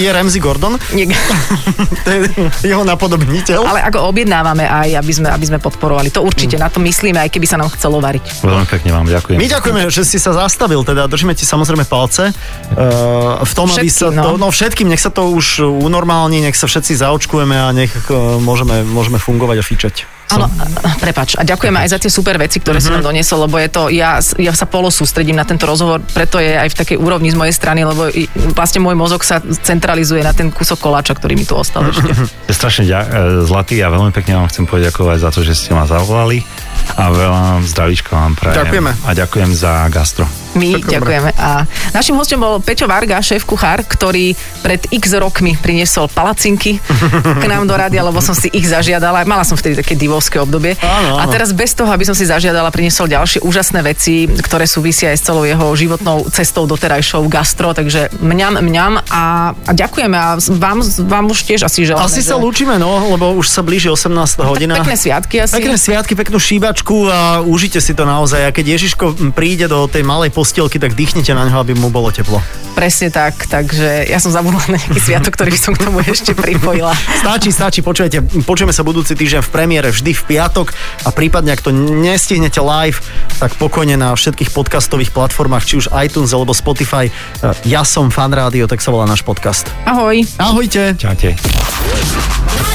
[SPEAKER 1] Je Ramsey Gordon,
[SPEAKER 2] Niek-
[SPEAKER 1] to je jeho napodobniteľ.
[SPEAKER 2] Ale ako objednávame aj, aby sme, aby sme podporovali. To určite, na to myslíme, aj keby sa nám chcelo variť.
[SPEAKER 5] Veľmi pekne vám ďakujem.
[SPEAKER 1] My ďakujeme, že si sa zastavil, teda držíme ti samozrejme palce uh, v tom, aby sa
[SPEAKER 2] Všetkým,
[SPEAKER 1] to,
[SPEAKER 2] no.
[SPEAKER 1] no všetkým, nech sa to už unormálni, nech sa všetci zaočkujeme a nech uh, môžeme, môžeme fungovať a fičať.
[SPEAKER 2] Áno, a- prepač. A ďakujem aj za tie super veci, ktoré si nám doniesol, lebo je to, ja, ja sa polosústredím na tento rozhovor, preto je aj v takej úrovni z mojej strany, lebo i- vlastne môj mozog sa centralizuje na ten kúsok koláča, ktorý mi tu ostal ešte.
[SPEAKER 5] Ste strašne ďa- e, zlatý a veľmi pekne vám chcem poďakovať za to, že ste ma zavolali a veľa zdravíčka vám prajem.
[SPEAKER 1] Ďakujeme.
[SPEAKER 5] A ďakujem za gastro.
[SPEAKER 2] My
[SPEAKER 1] Tak dobre.
[SPEAKER 2] ďakujeme. A našim hostom bol Peťo Varga, šéf kuchár, ktorý pred x rokmi priniesol palacinky k nám do rádia, lebo som si ich zažiadala. Mala som vtedy také divovské obdobie.
[SPEAKER 1] Áno, áno.
[SPEAKER 2] A teraz bez toho, aby som si zažiadala, priniesol ďalšie úžasné veci, ktoré súvisia aj s celou jeho životnou cestou doterajšou gastro, takže mňam, mňam a, a ďakujeme a s- vám, vám už tiež asi želáme.
[SPEAKER 1] Asi sa
[SPEAKER 2] že-
[SPEAKER 1] lúčime, no, lebo už sa blíži 18. hodina.
[SPEAKER 2] No, Pekné sviatky asi.
[SPEAKER 1] Pekné sviatky, peknú šíbačku a užite si to naozaj. A keď Ježiško príde do tej malej postielky, tak dýchnite na ňo, aby mu bolo teplo.
[SPEAKER 2] Presne tak, takže ja som zabudla na nejaký sviatok, ktorý by som k tomu ešte pripojila.
[SPEAKER 1] Stačí, stačí, počujete, počujeme sa budúci týždeň v premiére vždy v piatok a prípadne, ak to nestihnete live, tak pokojne na všetkých podcastových platformách, či už iTunes alebo Spotify. Ja som fan rádio, tak sa volá náš podcast.
[SPEAKER 2] Ahoj.
[SPEAKER 1] Ahojte!
[SPEAKER 5] Čaute.
[SPEAKER 3] la